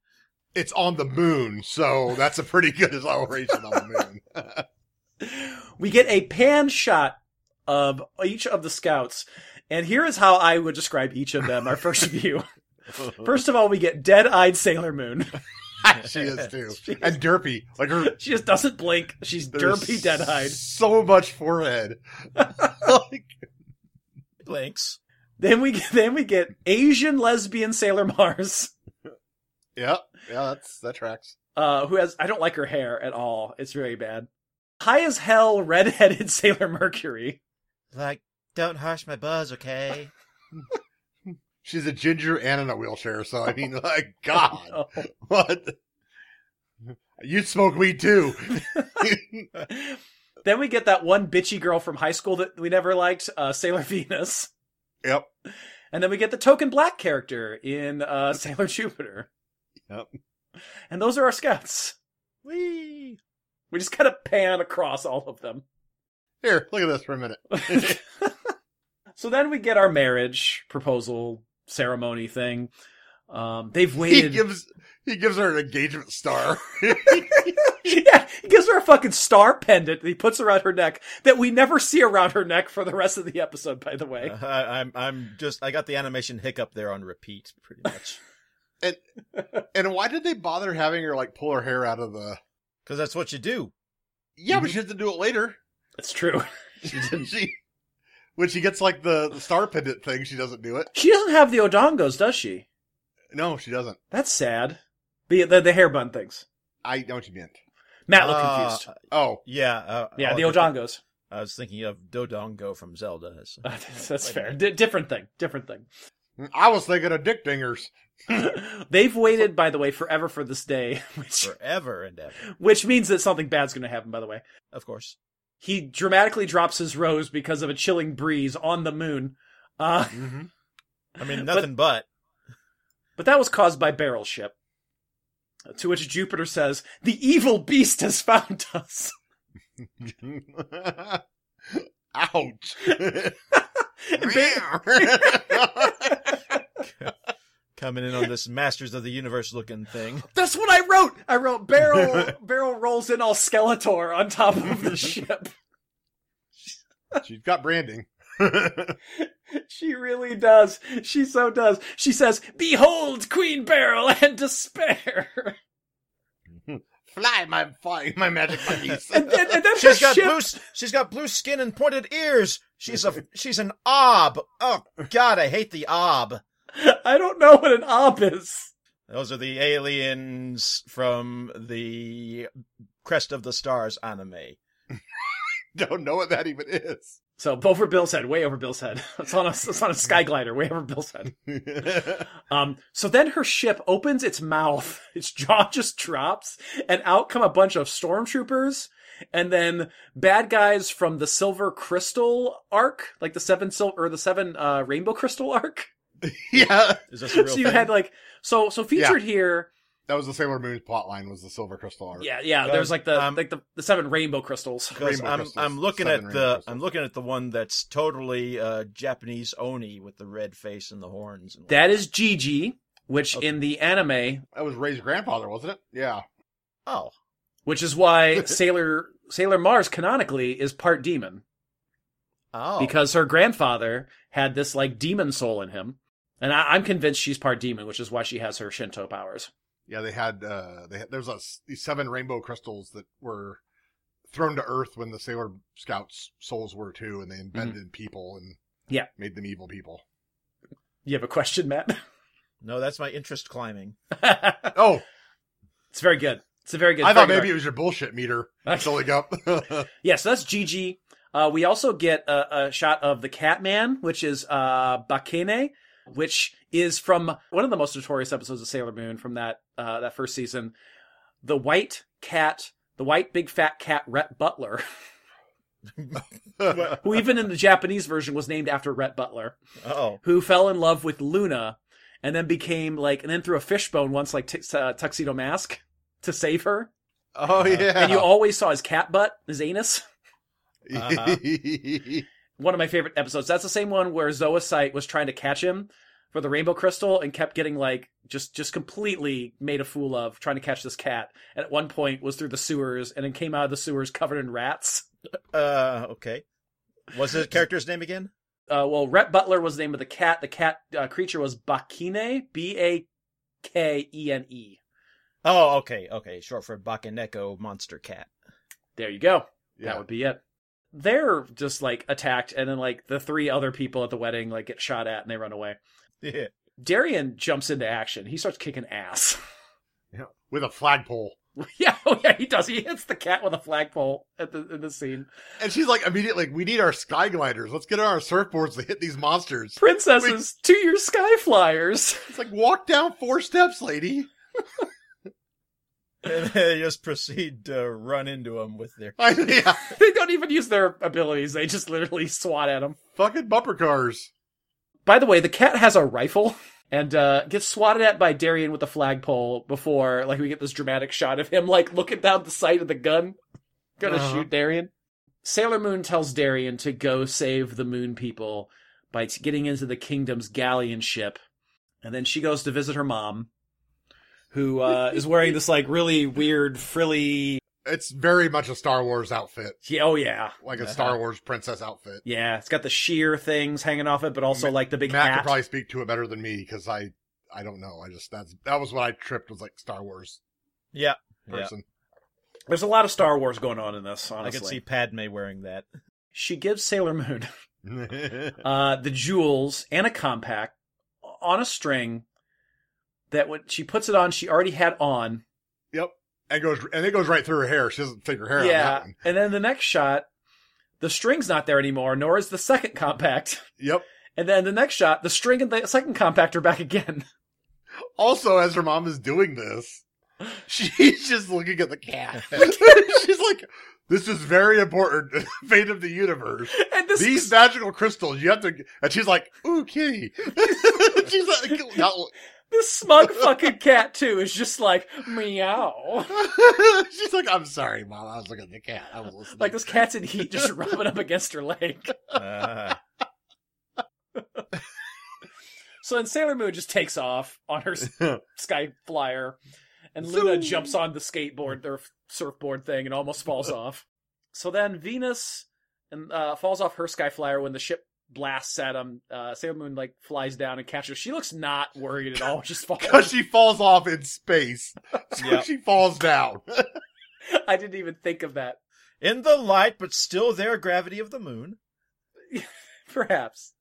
F: It's on the moon, so that's a pretty good celebration on the moon.
E: we get a pan shot of each of the scouts, and here is how I would describe each of them. Our first view. First of all, we get dead-eyed Sailor Moon.
F: she is too, and derpy. Like her,
E: She just doesn't blink. She's
F: there's
E: derpy, dead-eyed.
F: So much forehead. like,
G: Blinks.
E: Then we get, then we get Asian lesbian Sailor Mars,
F: yeah, yeah, that's that tracks.
E: uh, who has I don't like her hair at all. It's very bad. High as hell, redheaded Sailor Mercury.
G: Like, don't harsh my buzz, okay?
F: She's a ginger and in a wheelchair, so I mean, like, God,
E: Oh.
F: what? You smoke weed too.
E: Then we get that one bitchy girl from high school that we never liked, uh, Sailor Venus.
F: yep.
E: And then we get the token black character in uh, Sailor Jupiter.
F: Yep.
E: And those are our scouts.
G: Whee!
E: We just kind of pan across all of them.
F: Here, look at this for a minute.
E: so then we get our marriage proposal ceremony thing. Um, they've
F: He
E: waited.
F: gives he gives her an engagement star.
E: yeah, he gives her a fucking star pendant that he puts around her neck that we never see around her neck for the rest of the episode, by the way.
G: Uh, I, I'm, I'm just, I got the animation hiccup there on repeat, pretty much.
F: and why did they bother having her like pull her hair out of the?
G: Because that's what you do.
F: Yeah, but she has to do it later.
E: That's true.
F: Mm-hmm. she when she gets like the, the star pendant thing, she doesn't do it.
E: She doesn't have the Odongos, does she?
F: No, she doesn't.
E: That's sad. The the, the hair bun things.
F: I know what you meant.
E: Matt looked
G: Uh,
E: confused.
F: Oh,
G: Yeah. Uh,
E: Yeah,
G: oh,
E: the
G: I-
E: Odongos.
G: I was thinking of Dodongo from Zelda. so-
E: that's that's fair. Di different thing. Different thing.
F: I was thinking of dick dingers.
E: They've waited, by the way, forever for this day, which
G: Forever and ever,
E: which means that something bad's going to happen. By the way,
G: of course.
E: he dramatically drops his rose because of a chilling breeze on the moon. Uh,
F: Mm-hmm.
G: I mean, nothing but.
E: But that was caused by barrel ship. To which Jupiter says, The evil beast has found us.
F: Ouch.
E: And ba-
G: coming in on this Masters of the Universe looking thing.
E: That's what I wrote. I wrote barrel barrel rolls in all Skeletor on top of the ship.
F: She's got branding.
E: She really does. She so does. She says, Behold Queen Barrel and despair.
F: Fly my fly my magic monkeys.
E: And, and, and then
G: She's
E: her
G: got
E: ship
G: blue. s- She's got blue skin and pointed ears. She's a. She's an ob. Oh God, I hate the ob.
E: I don't know what an op is.
G: Those are the aliens from the Crest of the Stars anime.
F: Don't know what that even is.
E: So over Bill's head, way over Bill's head. It's on a it's on a sky glider, way over Bill's head. Um, so then her ship opens its mouth, its jaw just drops, and out come a bunch of stormtroopers, and then bad guys from the Silver Crystal arc, like the seven silver or the seven uh, Rainbow Crystal arc.
F: yeah,
G: Is this a real
E: so you
G: thing?
E: had like so so featured here.
F: that was the Sailor Moon plot line. Was the Silver Crystal arc?
E: Yeah, yeah. There's like the
G: Um,
E: like the, the seven Rainbow Crystals. Um,
G: 'Cause
F: Rainbow
G: I'm,
F: crystals.
G: I'm looking
F: Seven
G: at
F: rainbow
G: the
F: crystals.
G: I'm looking at the one that's totally uh, Japanese oni with the red face and the horns. And
E: That is Gigi, which in the anime,
F: That was Ray's grandfather, wasn't it? Yeah.
G: oh
E: which is why Sailor Sailor Mars canonically is part demon.
G: oh
E: because her grandfather had this like demon soul in him, and I- I'm convinced she's part demon, which is why she has her Shinto powers.
F: Yeah, they had uh they had, there's a s- these seven rainbow crystals that were thrown to earth when the Sailor Scouts souls were too and they invented people and
E: Mm-hmm. Yeah.
F: made them evil people.
E: You have a question, Matt?
G: No, that's my interest climbing.
E: it's
F: Oh,
E: very good. It's a very good.
F: I thought
E: very good
F: maybe it was your bullshit meter
E: Okay.
F: filling up.
E: Yeah, so that's Gigi. Uh, we also get a, a shot of the Catman, which is uh, Bakene, which is from one of the most notorious episodes of Sailor Moon from that uh, that first season. The white cat, the white big fat cat, Rhett Butler, who even in the Japanese version was named after Rhett Butler,
G: Oh,
E: who fell in love with Luna, and then became like, and then threw a fishbone once, like tux uh, Tuxedo Mask, to save her.
G: Uh,
F: oh yeah.
E: And you always saw his cat butt, his anus. one of my favorite episodes. That's the same one where Zoocyte was trying to catch him for the rainbow crystal and kept getting like just just completely made a fool of trying to catch this cat. And at one point was through the sewers and then came out of the sewers covered in rats.
G: uh, okay. What's the character's name again?
E: Uh, well, Rhett Butler was the name of the cat. The cat uh, creature was Bakine, B A K E N E.
G: Oh, okay, okay. Short for Bakaneko Monster Cat.
E: There you go.
F: yeah.
E: That would be it. They're just like attacked, and then like the three other people at the wedding like get shot at and they run away.
G: Yeah.
E: Darian jumps into action. He starts kicking ass.
F: Yeah. With a flagpole.
E: Yeah, oh yeah, he does. He hits the cat with a flagpole at the in the scene.
F: And she's like immediately like, we need our sky gliders. Let's get on our surfboards to hit these monsters.
E: Princesses, to your sky flyers.
F: It's like walk down four steps, lady.
G: And they just proceed to run into him with their.
F: I, yeah.
E: they don't even use their abilities. They just literally swat at him.
F: Fucking bumper cars.
E: By the way, the cat has a rifle and uh, gets swatted at by Darian with a flagpole before, like, we get this dramatic shot of him, like, looking down the sight of the gun, gonna
F: Uh-huh.
E: shoot Darian. Sailor Moon tells Darian to go save the moon people by t- getting into the kingdom's galleon ship. And then she goes to visit her mom, who uh, is wearing this, like, really weird, frilly.
F: It's very much a Star Wars outfit.
E: Yeah, oh, yeah.
F: Like a Star Wars princess outfit.
E: Yeah, it's got the sheer things hanging off it, but also, like, the big
F: Matt
E: hat.
F: could probably speak to it better than me because I I don't know. I just that's that was what I tripped was like Star Wars
G: Yeah. Yeah.
F: person.
E: There's a lot of Star Wars going on in this,
G: I
E: honestly.
G: could see Padme wearing that.
E: She gives Sailor Moon uh, the jewels and a compact on a string that when she puts it on, she already had on.
F: yep. And goes and it goes right through her hair. She doesn't take her hair on that
E: yeah.
F: one.
E: And then the next shot, the string's not there anymore, nor is the second compact.
F: Yep.
E: And then the next shot, the string and the second compact are back again.
F: Also, as her mom is doing this, she's just looking at the cat. she's like, "This is very important. to the Fate of the universe.
E: And this
F: These magical crystals. You have to." And she's like, "Ooh, kitty." she's like, not,
E: this smug fucking cat too is just like meow.
F: "She's like, I'm sorry, mom. I was looking at the cat. I was listening."
E: Like this cat's in heat just rubbing up against her leg.
G: Uh,
E: So then Sailor Moon just takes off on her s- sky flyer, and Luna jumps on the skateboard or f- surfboard thing and almost falls off. So then Venus and uh, falls off her sky flyer when the ship blasts at him. Uh, Sailor Moon like flies down and catches. her. She looks not worried at all. Just falls.
F: Because she falls off in space, so
G: Yep.
F: she falls down.
E: I didn't even think of that.
G: in the light, but still there, gravity of the moon.
E: Perhaps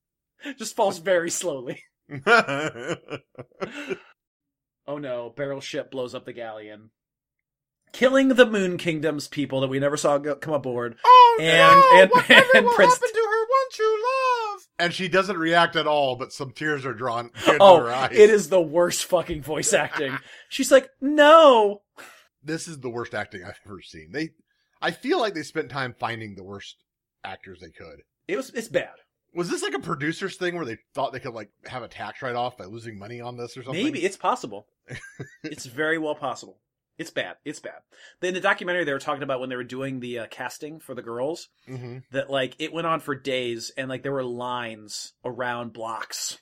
E: just falls very slowly. Oh no! Barrel ship blows up the galleon, killing the Moon Kingdom's people that we never saw go- come aboard.
G: Oh
E: And- no! and- Whatever and will Prince- happen
G: to her once you love?
F: and she doesn't react at all, but some tears are drawn into her
E: Oh,
F: eyes.
E: it is the worst fucking voice acting. She's like, no.
F: this is the worst acting I've ever seen. They, I feel like they spent time finding the worst actors they could.
E: It was. It's bad.
F: Was this like a producers thing where they thought they could like have a tax write off by losing money on this or something?
E: Maybe it's possible. it's very well possible. It's bad. It's bad. In the documentary, they were talking about when they were doing the uh, casting for the girls
F: hmm
E: that like it went on for days and like there were lines around blocks.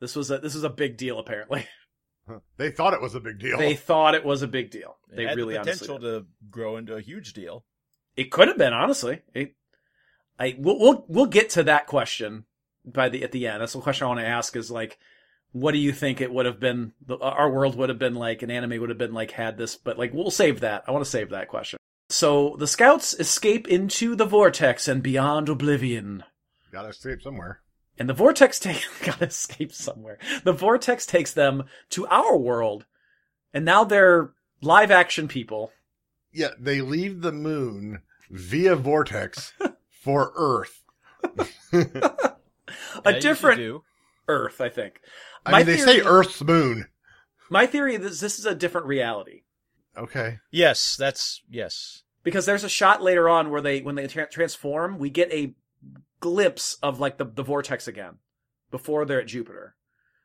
E: This was a this was a big deal. Apparently,
F: They thought it was a big deal.
E: they thought it was a big deal. They
G: Oh. it had
E: really
G: the
E: honestly
G: potential
E: did.
G: to grow into a huge deal.
E: It could have been, honestly. It, I we'll, we'll we'll get to that question by the at the end. That's the question I want to ask is like, what do you think it would have been? the- Our world would have been like an anime would have been like had this, but like we'll save that. I want to save that question. So the scouts escape into the vortex and beyond oblivion.
F: Gotta escape somewhere.
E: And the vortex take gotta escape somewhere. The vortex takes them to our world, and now they're live action people.
F: Yeah, they leave the moon via vortex for Earth.
E: A
G: Yeah, you
E: different
G: do.
E: Earth, I think.
F: I
E: My
F: mean, they say
E: theory-
F: Earth's moon.
E: My theory is this is a different reality
F: Okay.
G: Yes, that's yes.
E: because there's a shot later on where they when they tra- transform, we get a glimpse of like the the vortex again before they're at Jupiter.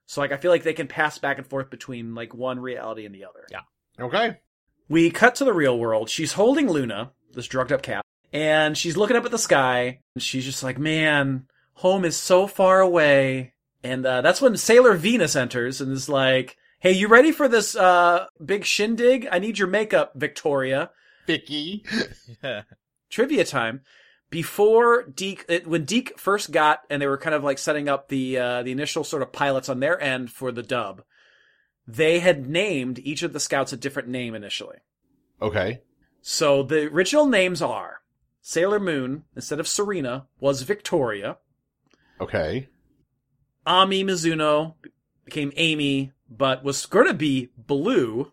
E: So like I feel like they can pass back and forth between like one reality and the other.
F: Okay.
E: We cut to the real world. She's holding Luna, this drugged up cat, and she's looking up at the sky. And she's just like, man, home is so far away. And uh, that's when Sailor Venus enters and is like, hey, you ready for this uh, big shindig? I need your makeup, Victoria.
F: Vicky.
E: Trivia time. Before Deke, it, when Deke first got, and they were kind of like setting up the uh, the initial sort of pilots on their end for the dub, they had named each of the scouts a different name initially.
F: Okay.
E: So the original names are Sailor Moon, instead of Serena, was Victoria.
F: Okay.
E: Ami Mizuno became Amy, but was going to be Blue.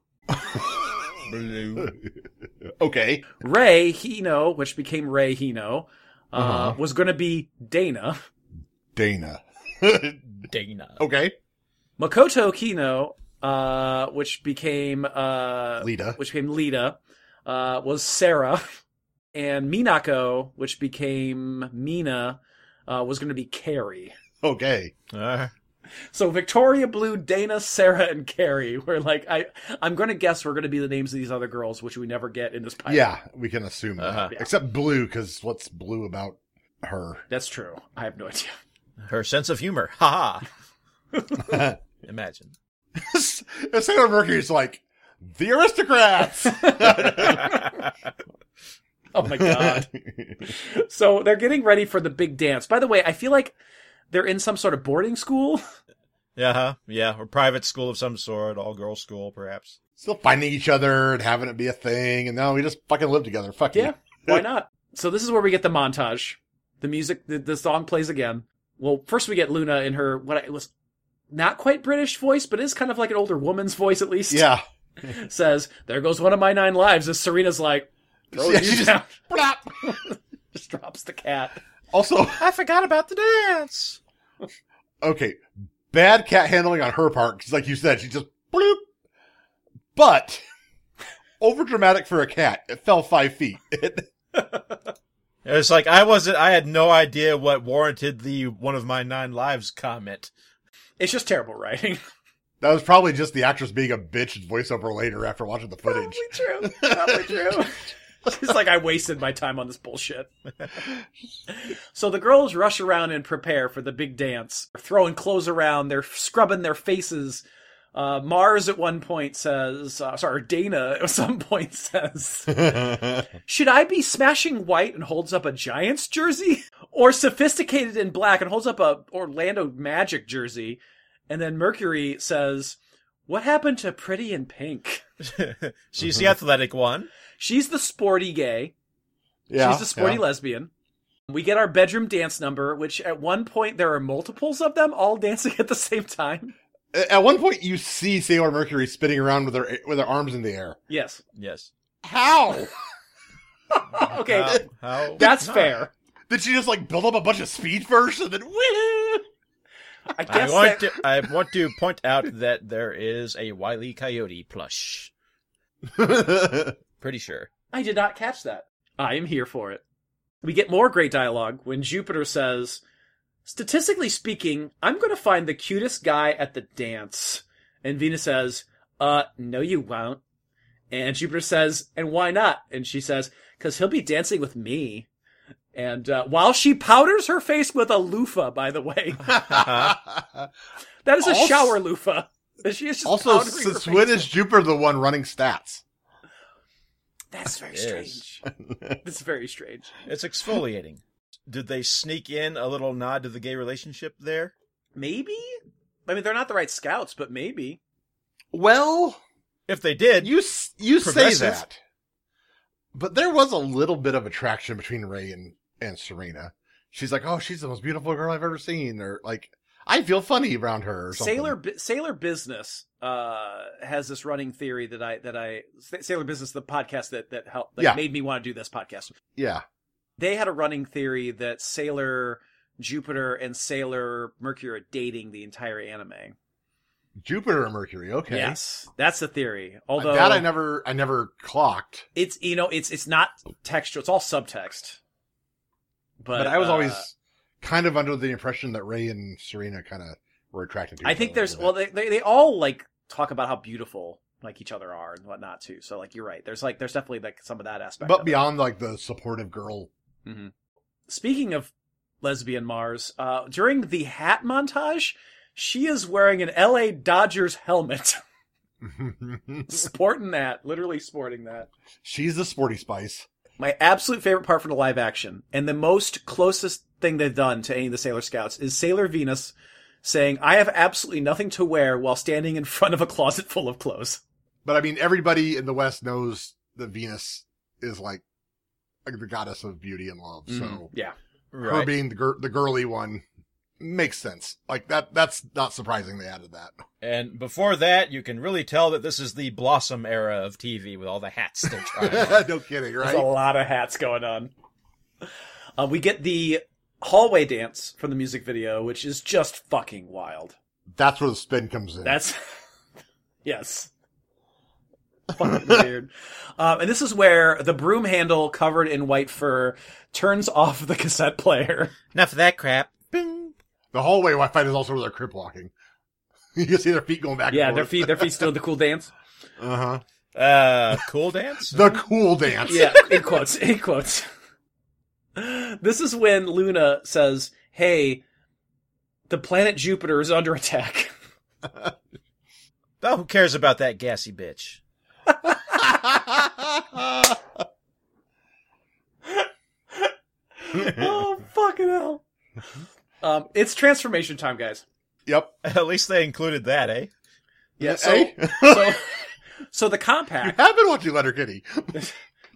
G: Blue.
F: Okay.
E: Ray Hino, which became Ray Hino, uh,
F: Uh-huh.
E: was going to be Dana.
F: Dana.
G: Dana.
F: okay.
E: Makoto Kino, uh, which became uh,
F: Lita.
E: which became Lita, uh, was Sarah, and Minako, which became Mina, uh, was going to be Carrie.
F: Okay.
G: Uh,
E: So Victoria Blue, Dana, Sarah, and Carrie were like I I'm gonna guess we're gonna be the names of these other girls, which we never get in this pilot.
F: Yeah, we can assume that.
G: Uh-huh.
F: Except Blue, because what's Blue about her?
E: That's true. I have no idea.
G: her sense of humor. Ha ha. Imagine.
F: Sailor Mercury's like, the aristocrats!
E: Oh my god. so they're getting ready for the big dance. By the way, I feel like they're in some sort of boarding school.
G: Yeah, huh? yeah, or private school of some sort, all girls school perhaps.
F: Still finding each other and having it be a thing, and now we just fucking live together. Fuck you.
E: Yeah, why not? So this is where we get the montage. The music, the, the song plays again. Well, first we get Luna in her what I- it was not quite British voice, but is kind of like an older woman's voice at least.
F: Yeah.
E: says, "There goes one of my nine lives." As Serena's like, "Throw
F: Yeah,
E: you
F: she just-
E: down."
F: Blop.
E: just drops the cat.
F: Also,
G: I forgot about the dance.
F: okay, bad cat handling on her part, 'cause like you said, she just bloop. But, over dramatic for a cat, it fell five feet.
G: It was like I wasn't I had no idea what warranted the one of my nine lives comment.
E: It's just terrible writing.
F: that was probably just the actress being a bitch in voiceover later after watching the footage.
E: Probably true. Probably true. It's like I wasted my time on this bullshit. so the girls rush around and prepare for the big dance, They're throwing clothes around. They're scrubbing their faces. Uh, Mars at one point says, uh, sorry, Dana at some point says, Should I be smashing white and holds up a Giants jersey? Or sophisticated in black and holds up a Orlando Magic jersey? And then Mercury says, What happened to pretty in pink?
G: She's the athletic one.
E: She's the sporty gay.
F: yeah,
E: She's a sporty
F: yeah.
E: lesbian. We get our bedroom dance number, which at one point there are multiples of them all dancing at the same time.
F: At one point, you see Sailor Mercury spinning around with her with her arms in the air.
E: Yes.
G: Yes.
F: How
E: Okay.
F: Uh,
G: How, Um, how-
E: That's
G: huh.
E: fair.
F: did she just like build up a bunch of speed first and then woo?
E: I
G: I
E: guess
G: want
E: that,
G: to I want to point out that there is a Wiley Coyote plush. Pretty sure.
E: I did not catch that. I am here for it. We get more great dialogue when Jupiter says, Statistically speaking, I'm going to find the cutest guy at the dance. And Venus says, Uh, no, you won't. And Jupiter says, And why not? And she says, Because he'll be dancing with me. And uh, while she powders her face with a loofah, by the way, that is a
F: Also-
E: shower loofah. She is just
F: also,
E: powdering her
F: since
E: face
F: when
E: with-
F: is Jupiter the one running stats?
E: that's very
G: Yes.
E: strange. That's very strange.
G: It's exfoliating. Did they sneak in a little nod to the gay relationship there?
E: Maybe? I mean, they're not the right scouts, but maybe.
F: Well,
G: If they did,
F: you s- you say
G: Progressive.
F: that, but there was a little bit of attraction between Ray and and Serena. she's like, "Oh, she's the most beautiful girl I've ever seen," or like, "I feel funny around her." Or something.
E: Sailor Bu- Sailor Business uh, has this running theory that I that I Sa- Sailor Business the podcast that that helped that
F: Yeah.
E: made me want to do this podcast.
F: yeah,
E: They had a running theory that Sailor Jupiter and Sailor Mercury are dating the entire anime.
F: Jupiter and Mercury. Okay,
E: Yes, that's the theory. Although
F: that I never, I never clocked.
E: it's you know it's it's not textual; it's all subtext. But,
F: But, I was
E: uh,
F: always kind of under the impression that Ray and Serena kind of were attracted to.
E: I
F: each
E: think
F: other a
E: there's
F: little
E: well
F: bit.
E: they, they they all like talk about how beautiful like each other are and whatnot too. So like you're right. There's like there's definitely like some of that aspect.
F: but
E: of it.
F: beyond like the supportive girl.
E: Speaking of lesbian Mars, uh, during the hat montage, she is wearing an L.A. Dodgers helmet, sporting that, literally sporting that.
F: She's the sporty spice.
E: My absolute favorite part from the live action, and the most closest thing they've done to any of the Sailor Scouts, is Sailor Venus saying, "I have absolutely nothing to wear" while standing in front of a closet full of clothes.
F: But I mean, everybody in the West knows that Venus is like, like the goddess of beauty and love. So
E: yeah,
F: her being the, gir- the girly one makes sense. Like that. That's not surprising they added that.
G: And before that, you can really tell that this is the blossom era of TV with all the hats they're trying. on.
F: no kidding,
E: There's a
F: right?
E: lot of hats going on. Uh, we get the hallway dance from the music video, which is just fucking wild.
F: That's where the spin comes in.
E: That's yes, fucking weird. Um, and this is where the broom handle covered in white fur turns off the cassette player.
G: Enough of that crap. Bing.
F: the hallway Wi Fi is also where they're crip walking. you can see their feet going back.
E: Yeah,
F: and
E: their feet, their feet still in the cool dance.
F: Uh huh.
G: Uh, cool dance.
F: The cool dance.
E: Yeah, in quotes, in quotes. This is when Luna says, "Hey, the planet Jupiter is under attack."
G: oh, who cares about that gassy bitch?
E: oh fucking hell! Um, it's transformation time, guys.
F: Yep.
G: At least they included that, eh?
E: Yeah. So,
F: Hey,
E: so, so the
F: you
E: compact,
F: have been watching Letter Kitty.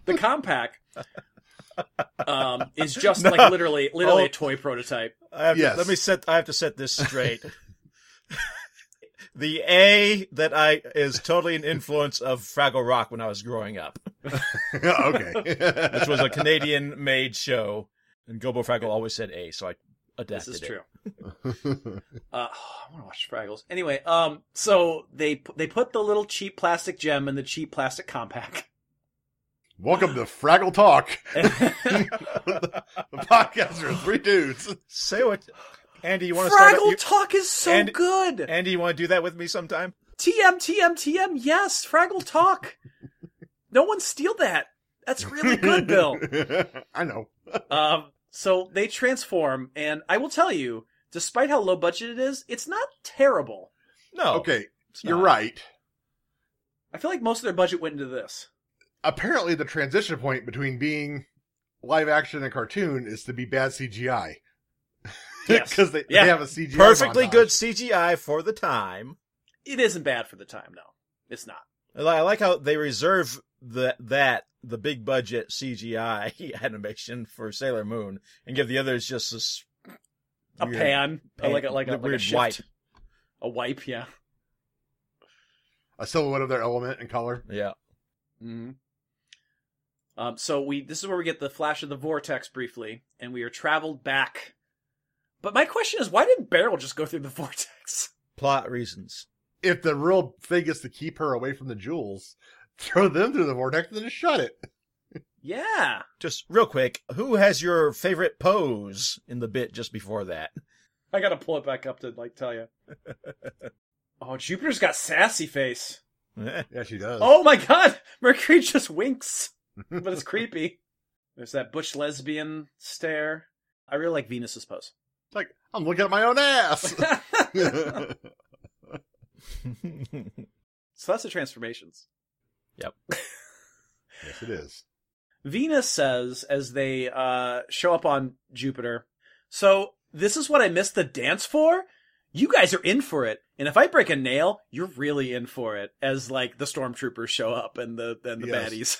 E: the compact, um, is just like literally, literally a
G: Oh.
E: toy prototype.
G: I have
F: Yes.
G: to, let me set. I have to set this straight. the A that I is totally an influence of Fraggle Rock when I was growing up,
F: okay.
G: which was a Canadian made show, and Gobo Fraggle always said A, so I adapted
E: This is
G: it.
E: true. Uh, I want to watch Fraggles. Anyway, um, so they pu- they put the little cheap plastic gem in the cheap plastic compact.
F: Welcome to Fraggle Talk, the podcast where three dudes.
G: Say what, Andy? You want to start?
E: Fraggle
G: It?
E: Talk is so
G: and-
E: good.
G: You, Andy, you want to do that with me sometime?
E: TM TM TM. Yes, Fraggle Talk. no one steal that. That's really good, Bill.
F: I know.
E: Um, so they transform, and I will tell you, despite how low budget it is, it's not terrible.
G: No.
E: Oh,
F: Okay, you're
G: not.
F: right.
E: I feel like most of their budget went into this.
F: Apparently, the transition point between being live action and cartoon is to be bad CGI
E: Yes.
F: because they,
E: Yeah.
F: they have a CGI
G: Perfectly
F: montage.
G: good CGI for the time.
E: It isn't bad for the time, no. It's not.
G: I li- I like how they reserve the that the big budget CGI animation for Sailor Moon and give the others just this
E: A
G: weird-
E: pan, a- like a like a,
G: the
E: like a
G: weird
E: shift.
G: white.
E: a wipe, yeah.
F: A silhouette of their element and color.
G: Yeah.
E: hmm Um, so we this is where we get the flash of the vortex briefly, and we are traveled back. But my question is, why did Beryl just go through the vortex?
G: Plot reasons.
F: If the real thing is to keep her away from the jewels, throw them through the vortex and then just shut it.
E: Yeah,
G: Just real quick, who has your favorite pose in the bit just before that?
E: I gotta pull it back up to like tell you. oh, Jupiter's got sassy face.
G: Eh.
F: Yeah, she does.
E: Oh my god! Mercury just winks. But it's creepy. There's that butch lesbian stare. I really like Venus's pose.
F: It's like, I'm looking at my own ass.
E: So that's the transformations.
F: Yes, it is.
E: Venus says as they uh, show up on Jupiter, So this is what I missed the dance for? You guys are in for it. And if I break a nail, you're really in for it, as like the stormtroopers show up and the and the
F: Yes.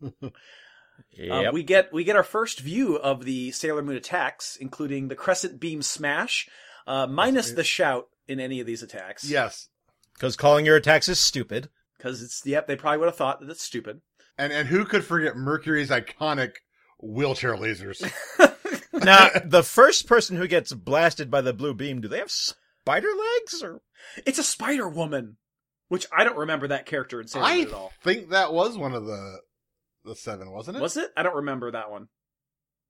E: baddies. Um,
G: Yep.
E: we get we get our first view of the Sailor Moon attacks, including the crescent beam smash, uh, minus the shout in any of these attacks.
F: Yes.
G: Because calling your attacks is stupid.
E: because it's yep. They probably would have thought that it's stupid.
F: And and who could forget Mercury's iconic wheelchair lasers?
G: Now, the first person who gets blasted by the blue beam, do they have spider legs? Or
E: It's a Spider Woman, which I don't remember that character in Sailor Moon at
F: I
E: all.
F: think that was one of the the seven, wasn't it?
E: Was it? I don't remember that one,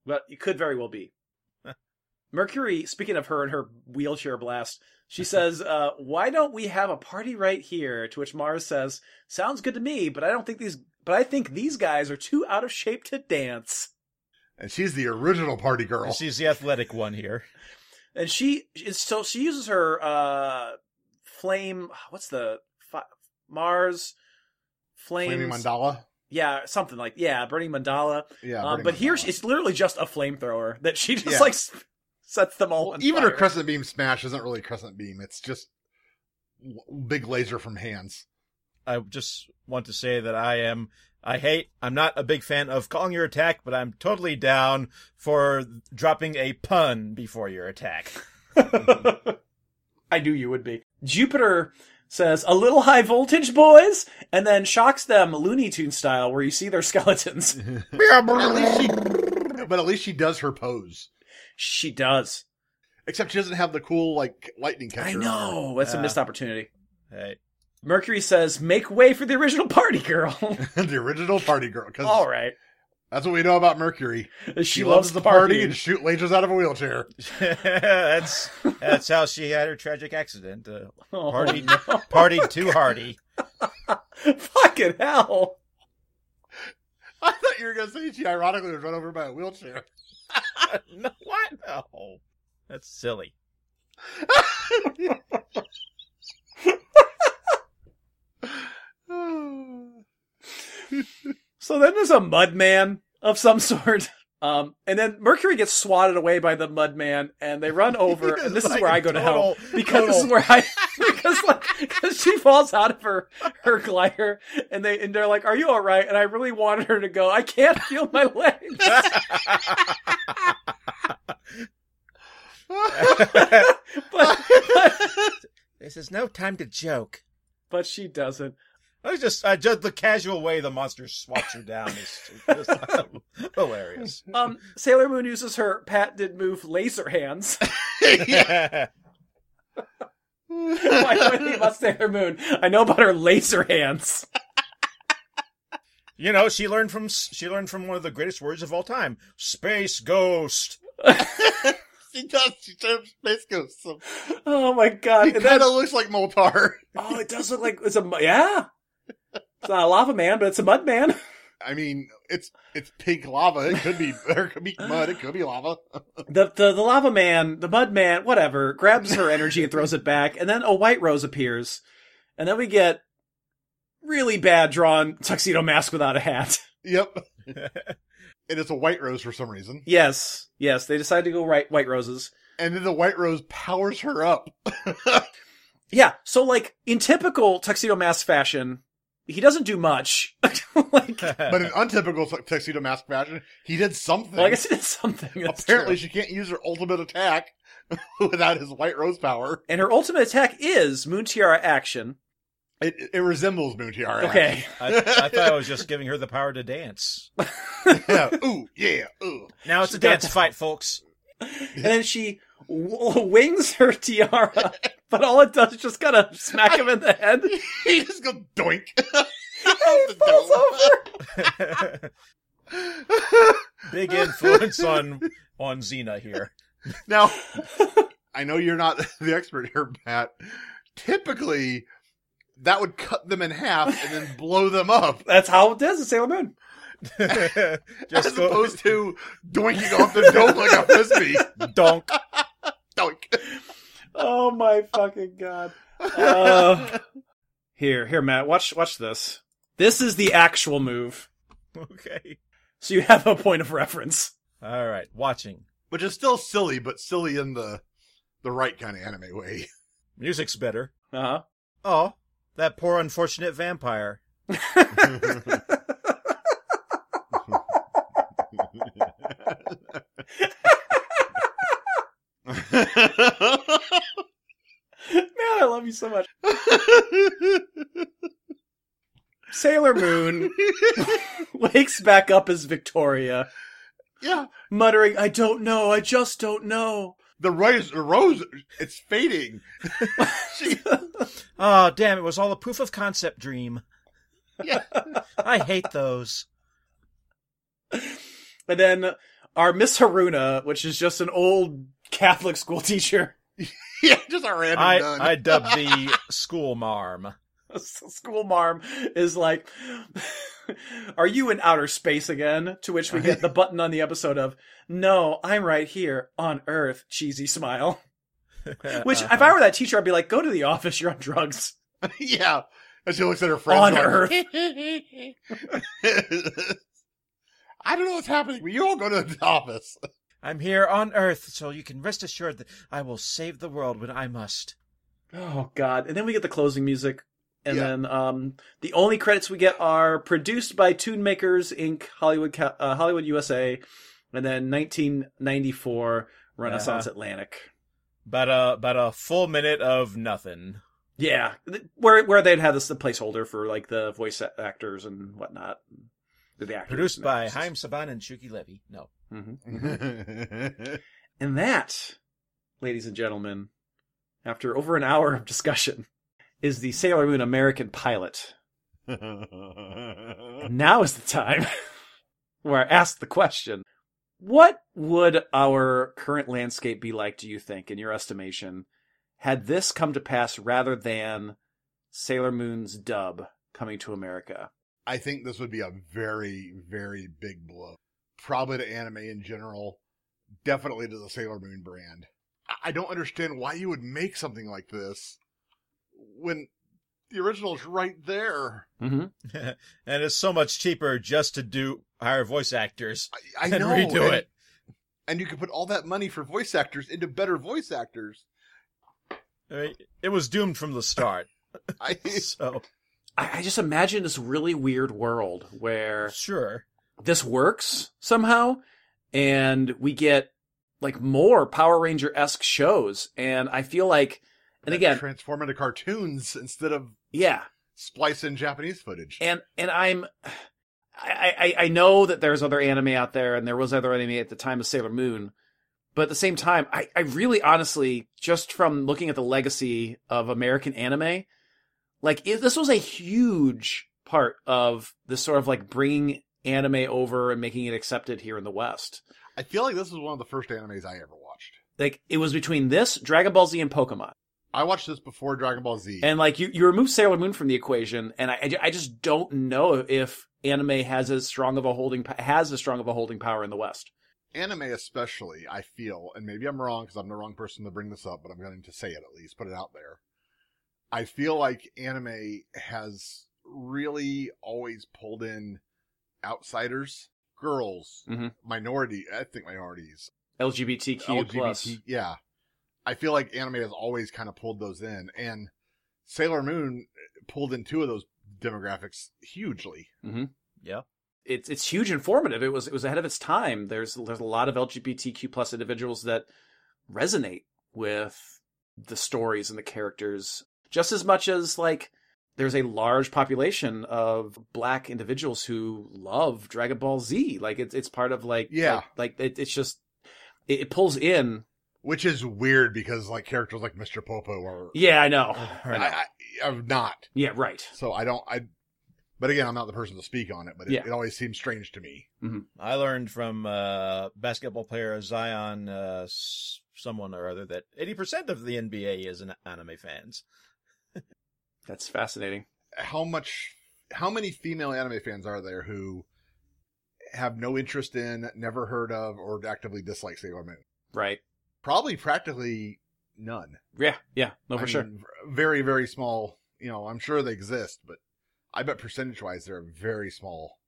E: but it could very well be. Mercury. Speaking of her and her wheelchair blast, she says, uh, "Why don't we have a party right here?" To which Mars says, "Sounds good to me, but I don't think these, but I think these guys are too out of shape to dance."
F: And she's the original party girl.
G: she's the athletic one here.
E: and she is so she uses her uh flame what's the fi- mars flames
F: Flaming Mandala.
E: yeah something like yeah burning mandala
F: Yeah.
E: um,
F: burning
E: but here
F: mandala.
E: she, it's literally just a flamethrower that she just
F: Yeah.
E: like s- sets them all
F: Well,
E: on
F: even her
E: fire.
F: crescent beam smash isn't really crescent beam. It's just l- big laser from hands.
G: I just want to say that I am. I hate. I'm not a big fan of calling your attack, but I'm totally down for dropping a pun before your attack.
E: I knew you would be. Jupiter says, a little high voltage, boys, and then shocks them Looney Tune style, where you see their skeletons.
F: At least she, but at least she does her pose.
E: she does.
F: Except she doesn't have the cool like lightning catcher.
E: I
F: on her.
E: know. That's a
G: Uh,
E: missed opportunity.
G: Hey,
E: Mercury says, "Make way for the original party girl."
F: the original party girl. Because
E: All right,
F: that's what we know about Mercury.
E: she, loves, the party.
F: and shoot lasers out of a wheelchair.
G: that's that's how she had her tragic accident. Uh,
E: Oh,
G: party,
E: no. Oh
G: party too hardy.
E: Fucking hell!
F: I thought you were gonna say she ironically was run over by a wheelchair.
G: no, what? No, that's silly.
E: So then there's a mud man of some sort. Um, and then Mercury gets swatted away by the mud man, and they run over. and this is
G: Like
E: where I go to hell
G: total-
E: because this is
G: total-
E: where I because like because she falls out of her her glider, and they and they're like, "Are you all right?" And I really wanted her to go. I can't feel my legs. But, but
G: This is no time to joke.
E: but she doesn't.
G: I was just, I just the casual way the monster swats you down is just hilarious.
E: Um, Sailor Moon uses her patented move, laser hands. Why do I think about Sailor Moon? I know about her laser hands.
G: You know, she learned from she learned from one of the greatest words of all time, space ghost.
F: she does. She turns space ghost. So
E: Oh my god!
F: he
E: And
F: kind
E: then-
F: of looks like Moltar.
E: oh, it does look like it's a mu- yeah. It's not a lava man, but it's a mud man.
F: I mean, it's it's pink lava. It could be there could be mud. It could be lava.
E: The the the lava man, the mud man, whatever, grabs her energy and throws it back, and then a white rose appears, and then we get really bad drawn tuxedo mask without a hat.
F: Yep. it is a white rose for some reason,
E: Yes, yes, they decide to go right white roses.
F: and then the white rose powers her up.
E: Yeah. So like in typical tuxedo mask fashion, he doesn't do much. like, well,
F: But in untypical tu- tuxedo mask fashion, he did something.
E: I guess it is something. that's
F: Apparently,
E: true.
F: she can't use her ultimate attack without his white rose power.
E: and her ultimate attack is Moon Tiara action.
F: It it resembles Moon Tiara.
E: Okay.
G: I, I thought I was just giving her the power to dance.
F: actually. yeah. Ooh, yeah. Ooh.
G: Now it's a dance fight, folks.
E: And then she w- wings her tiara, but all it does is just kind of smack him in the head.
F: He just goes doink.
E: He falls over.
G: Big influence on on Xena here.
F: Now, I know you're not the expert here, Matt. Typically, that would cut them in half and then blow them up,
E: That's how it does in Sailor Moon.
G: just
F: as
G: go-
F: opposed to doinking off the dome like a frisbee.
G: donk.
F: Doink.
E: Oh my fucking god. Uh, here, here, Matt, watch, watch this. This is the actual move,
G: Okay.
E: so you have a point of reference.
G: All right. Watching.
F: Which is still silly, but silly in the the right kind of anime way.
G: Music's better.
E: Uh huh.
G: Oh, that poor unfortunate vampire.
E: Man, I love you so much. Sailor Moon wakes back up as Victoria,
F: yeah,
E: muttering, I don't know, I just don't know.
F: the rose, the rose, it's fading.
G: Oh, damn, it was all a proof of concept dream.
F: Yeah.
G: I hate those.
E: And then our Miss Haruna, which is just an old Catholic school teacher,
F: yeah, just a random
G: I,
F: nun.
G: I dubbed the school marm.
E: a s- school marm, is like, Are you in outer space again? To which we get the button on the episode of, No, I'm right here on Earth, cheesy smile.
G: Uh,
E: Which, if
G: Uh-huh.
E: I were that teacher, I'd be like, Go to the office, you're on drugs.
F: yeah, and she looks at her
E: On
F: friends like,
E: Earth.
F: I don't know what's happening, but you all go to the office.
G: I'm here on Earth, so you can rest assured that I will save the world when I must.
E: Oh God! And then we get the closing music, and
F: Yeah.
E: then um, the only credits we get are produced by Tune Makers Inc. Hollywood, Ca- uh, Hollywood USA, and then 1994
G: Uh-huh.
E: Renaissance Atlantic.
G: But a but a full minute of nothing.
E: Yeah, th- where where they'd have this the placeholder for like the voice a- actors and whatnot. The actors
G: Produced
E: and
G: by
E: actresses.
G: Haim Saban and Shuki Levy. No.
E: Mhm. And that, ladies and gentlemen, after over an hour of discussion, is the Sailor Moon American pilot. now is the time where I ask the question What would our current landscape be like, do you think, in your estimation, had this come to pass rather than Sailor Moon's dub coming to America?
F: I think this would be a very, very big blow. Probably to anime in general, definitely to the Sailor Moon brand. I- I don't understand why you would make something like this when the original's right there.
E: Mm-hmm.
G: and it's so much cheaper just to do hire voice actors
F: I, I
G: and
F: know.
G: redo
F: and-
G: it.
F: And you could put all that money for voice actors into better voice actors.
G: I mean, it was doomed from the start.
F: I,
G: So
E: I, I just imagine this really weird world where
G: sure.
E: this works somehow and we get like more Power Ranger esque shows. And I feel like, and again,
F: transform into cartoons instead of
E: yeah,
F: splice in Japanese footage.
E: and and I'm I, I I know that there's other anime out there, and there was other anime at the time of Sailor Moon, but at the same time, I I really honestly just from looking at the legacy of American anime, like it, this was a huge part of this sort of like bringing anime over and making it accepted here in the West.
F: I feel like this is one of the first animes I ever watched.
E: Like it was between this, Dragon Ball Z, and Pokemon.
F: I watched this before Dragon Ball Z.
E: And like you, you remove Sailor Moon from the equation, and I- I, ju- I just don't know if anime has as strong of a holding po- has as strong of a holding power in the West.
F: anime especially i feel and maybe i'm wrong because i'm the wrong person to bring this up but i'm going to say it at least put it out there i feel like anime has really always pulled in outsiders girls
E: Mhm.
F: minority i think minorities
E: LGBTQ plus.
F: lgbt yeah i feel like anime has always kind of pulled those in and sailor moon pulled in two of those demographics hugely
G: Yeah.
E: It's it's huge and formative. It was it was ahead of its time. There's there's a lot of LGBTQ plus individuals that resonate with the stories and the characters just as much as like there's a large population of black individuals who love Dragon Ball Z. Like it's it's part of like
F: Yeah.
E: like, like it, it's just it, it pulls in
F: which is weird because like characters like mr popo are
E: Yeah, I know.
F: I, I, are not
E: Yeah, right.
F: So I don't I but again, I'm not the person to speak on it, but it,
E: Yeah.
F: it always seems strange to me.
G: I learned from uh, basketball player Zion, uh, s- someone or other, that 80% of the NBA is an anime fans.
E: That's fascinating.
F: How much how many female anime fans are there who have no interest in, never heard of, or actively dislike Sailor Moon?
E: Right.
F: Probably practically none.
E: Yeah, yeah. No,
F: I
E: Oh, for sure.
F: mean, Very, very small you know, I'm sure they exist, but I bet percentage wise they're a very small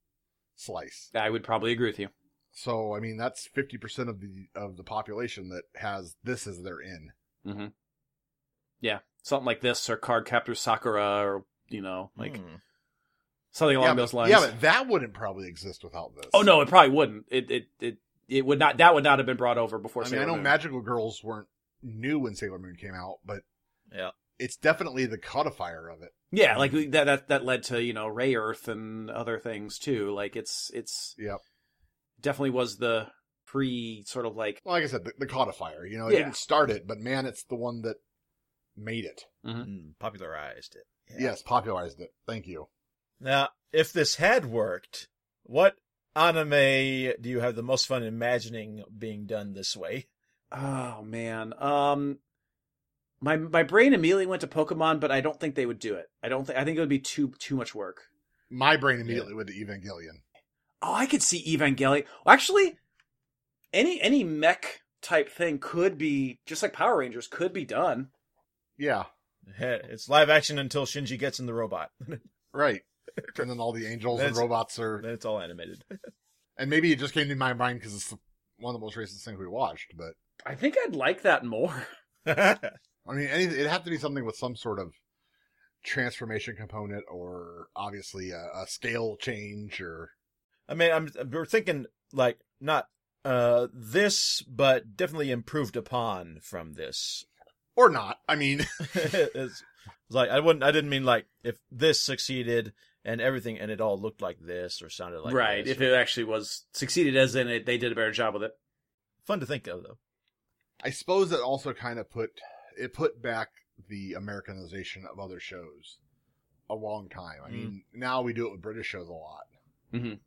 F: slice.
E: I would probably agree with you.
F: So I mean that's fifty percent of the of the population that has this as their in.
E: hmm Yeah, something like this or Card Captor Sakura or, you know, like
G: Hmm.
E: something along
F: yeah,
E: those
F: but,
E: lines.
F: yeah, but that wouldn't probably exist without this.
E: oh, no, it probably wouldn't. It, it, it, it would not, that would not have been brought over before
F: I mean,
E: Sailor
F: I know
E: Moon.
F: magical girls weren't knew when Sailor Moon came out, but
G: Yeah.
F: it's definitely the codifier of it.
E: Yeah, like we- that that that led to you know Ray Earth and other things too. Like it's it's
F: Yep.
E: definitely was the pre sort of like
F: Well, like I said, the, the codifier. You know, it
E: Yeah.
F: didn't start it, but man, it's the one that made it.
G: Mm, popularized it. Yeah.
F: Yes, popularized it. Thank you.
G: Now, if this had worked, what anime do you have the most fun imagining being done this way?
E: oh man, um, my my brain immediately went to Pokemon, but I don't think they would do it. I don't think I think it would be too too much work.
F: My brain immediately went to Evangelion.
E: Oh, I could see Evangelion. Well, actually, any any mech type thing could be just like Power Rangers could be done.
F: Yeah,
G: Heh, It's live action until Shinji gets in the robot. then
F: right. And then all the angels and
G: That's-
F: robots are.
G: it's all animated.
F: And maybe it just came to my mind because it's the- one of the most recent things we watched. But
E: I think I'd like that more.
F: I mean, any, it'd have to be something with some sort of transformation component, or obviously a, a scale change, or
G: I mean, I'm we're thinking like not uh this, but definitely improved upon from this.
F: or not. I mean,
G: it's, it's like I wouldn't. I didn't mean like if this succeeded and everything, and it all looked like this or sounded like
E: right,
G: This.
E: if it actually was succeeded as in it, they did a better job with it.
G: Fun to think of though.
F: I suppose it also kind of put it put back the Americanization of other shows a long time. I
G: Mm.
F: mean, now we do it with British shows a lot.
E: Mhm.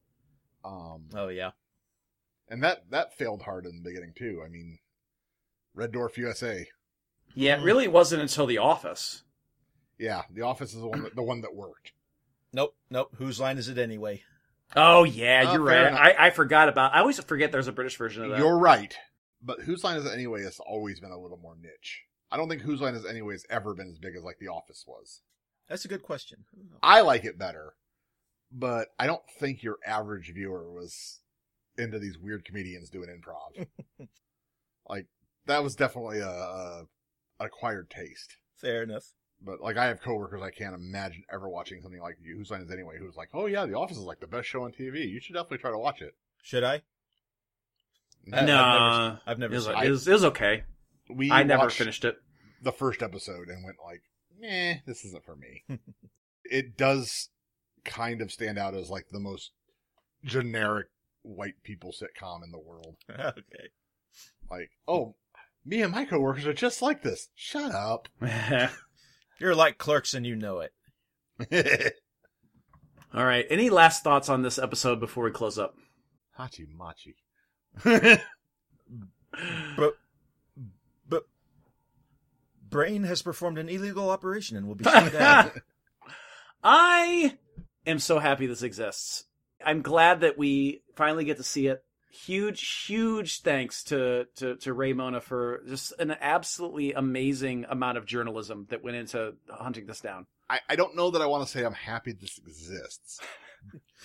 F: Um,
G: Oh yeah,
F: and that that failed hard in the beginning too. I mean, Red Dwarf USA.
E: Yeah, it really wasn't until The Office.
F: Yeah, The Office is the one that, the one that worked.
G: nope, nope. Whose line is it anyway?
E: Oh yeah,
F: Oh,
E: you're
F: fair
E: right.
F: enough.
E: I, I forgot about. I always forget there's a British version of that.
F: You're right, but Whose Line Is It Anyway has always been a little more niche. I don't think Whose Line Is It Anyway has ever been as big as like The Office was.
G: That's a good question.
F: I like it better, but I don't think your average viewer was into these weird comedians doing improv. like that was definitely a, a acquired taste.
G: Fair enough.
F: But like I have coworkers I can't imagine ever watching something like Whose Line Is It Anyway? Who's like, oh yeah, The Office is like the best show on TV. You should definitely try to watch it.
G: Should I?
E: no,
G: I've never- I've never
E: it was,
G: seen
E: it was- it was okay.
F: We
E: I never
F: watched
E: finished it.
F: the first episode and went like, meh, this isn't for me. it does kind of stand out as like the most generic white people sitcom in the world.
G: okay.
F: Like, oh, me and my coworkers are just like this. Shut up.
G: You're like clerks and you know it.
E: All right. Any last thoughts on this episode before we close up?
F: Hachi machi.
G: But but Brain has performed an illegal operation and will be shut down.
E: I am so happy this exists. I'm glad that we finally get to see it. Huge, huge thanks to to to Raymona for just an absolutely amazing amount of journalism that went into hunting this down.
F: I, I don't know that I want to say I'm happy this exists,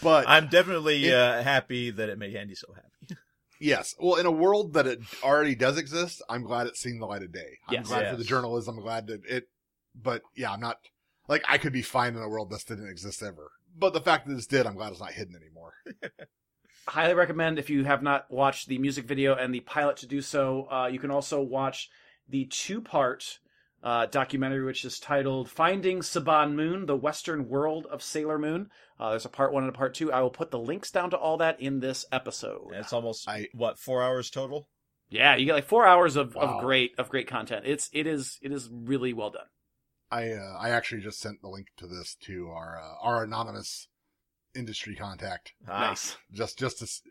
F: but
G: I'm definitely
F: It-
G: uh, happy that it made Andy so happy.
F: yes. Well, in a world that it already does exist, I'm glad it's seen the light of day. I'm
E: Yes.
F: glad for
G: Yes.
F: the journalism. I'm glad that it, but yeah, I'm not like I could be fine in a world this didn't exist ever. But the fact that this did, I'm glad it's not hidden anymore.
E: highly recommend if you have not watched the music video and the pilot to do so. Uh, you can also watch the two part uh, documentary, which is titled Finding Saban Moon, the Western World of Sailor Moon. Uh, there's a part one and a part two. I will put the links down to all that in this episode.
G: It's almost
F: I-
G: what four hours total.
E: Yeah, you get like four hours of,
F: Wow.
E: of great of great content. It's it is it is really well done.
F: I uh, I actually just sent the link to this to our uh, our anonymous industry contact
G: Ah,
E: Nice.
F: just just to. s-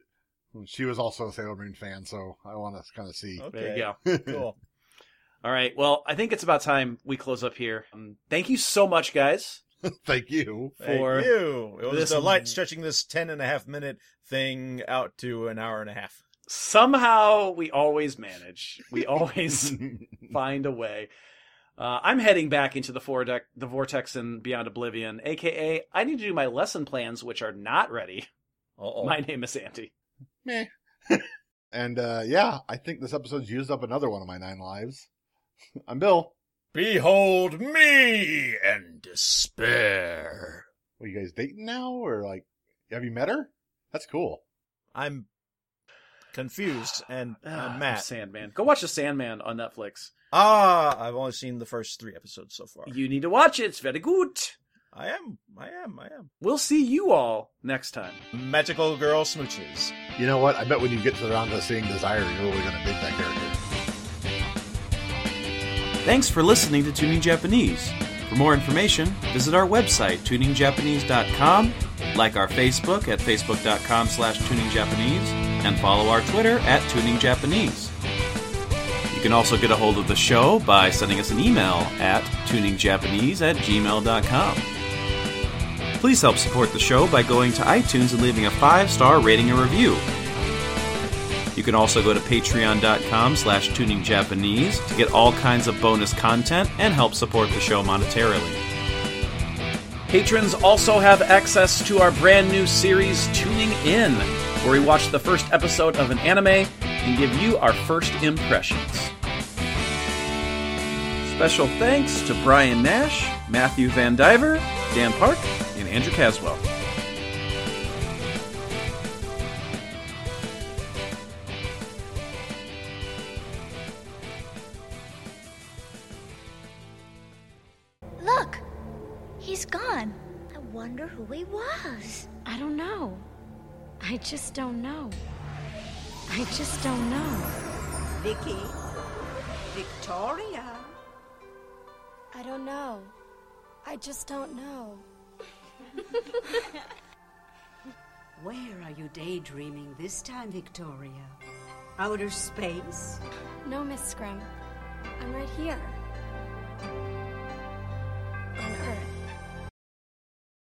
F: She was also a Sailor Moon fan, so I want to kind of see.
G: Okay.
E: There you go.
G: Cool.
E: All right. Well, I think it's about time we close up here. Um, thank you so much, guys.
F: Thank you.
G: Thank
E: For
G: you. It was
E: this-
G: a light stretching this ten and a half minute thing out to an hour and a half.
E: somehow we always manage. We always find a way. Uh, I'm heading back into the, vortex, the vortex and beyond oblivion, aka I need to do my lesson plans, which are not ready.
G: Uh-oh.
E: My name is Andy.
F: Meh. and uh, yeah, I think this episode's used up another one of my nine lives. I'm Bill.
G: Behold me and despair.
F: What, you guys dating now, or like, have you met her? That's cool.
G: I'm confused and
E: Ah,
G: I'm mad.
E: Sandman. Go watch the Sandman on Netflix.
G: Ah, I've only seen the first three episodes so far.
H: You need to watch it. It's very good.
G: I am, I am, I am.
H: We'll see you all next time.
G: Magical girl smooches.
F: You know what? I bet when you get to the round of seeing Desire, you're really going to dig that character.
E: Thanks for listening to Tuning Japanese. For more information, visit our website, tuningjapanese.com, like our Facebook at facebook.com slash tuningjapanese, and follow our Twitter at tuningjapanese. You can also get a hold of the show by sending us an email at tuningjapanese at gmail.com. Please help support the show by going to iTunes and leaving a five-star rating and review. You can also go to patreon.com slash tuningjapanese to get all kinds of bonus content and help support the show monetarily.
H: Patrons also have access to our brand new series, Tuning In, where we watch the first episode of an anime and give you our first impressions. Special thanks to Brian Nash, Matthew Van Diver, Dan Park, and Andrew Caswell.
I: Look! He's gone. I wonder who he was.
J: I don't know. I just don't know. I just don't know.
K: Vicky, Victoria.
L: I don't know. I just don't know.
K: Where are you daydreaming this time, Victoria? Outer space?
L: No, Miss Scrim. I'm right here.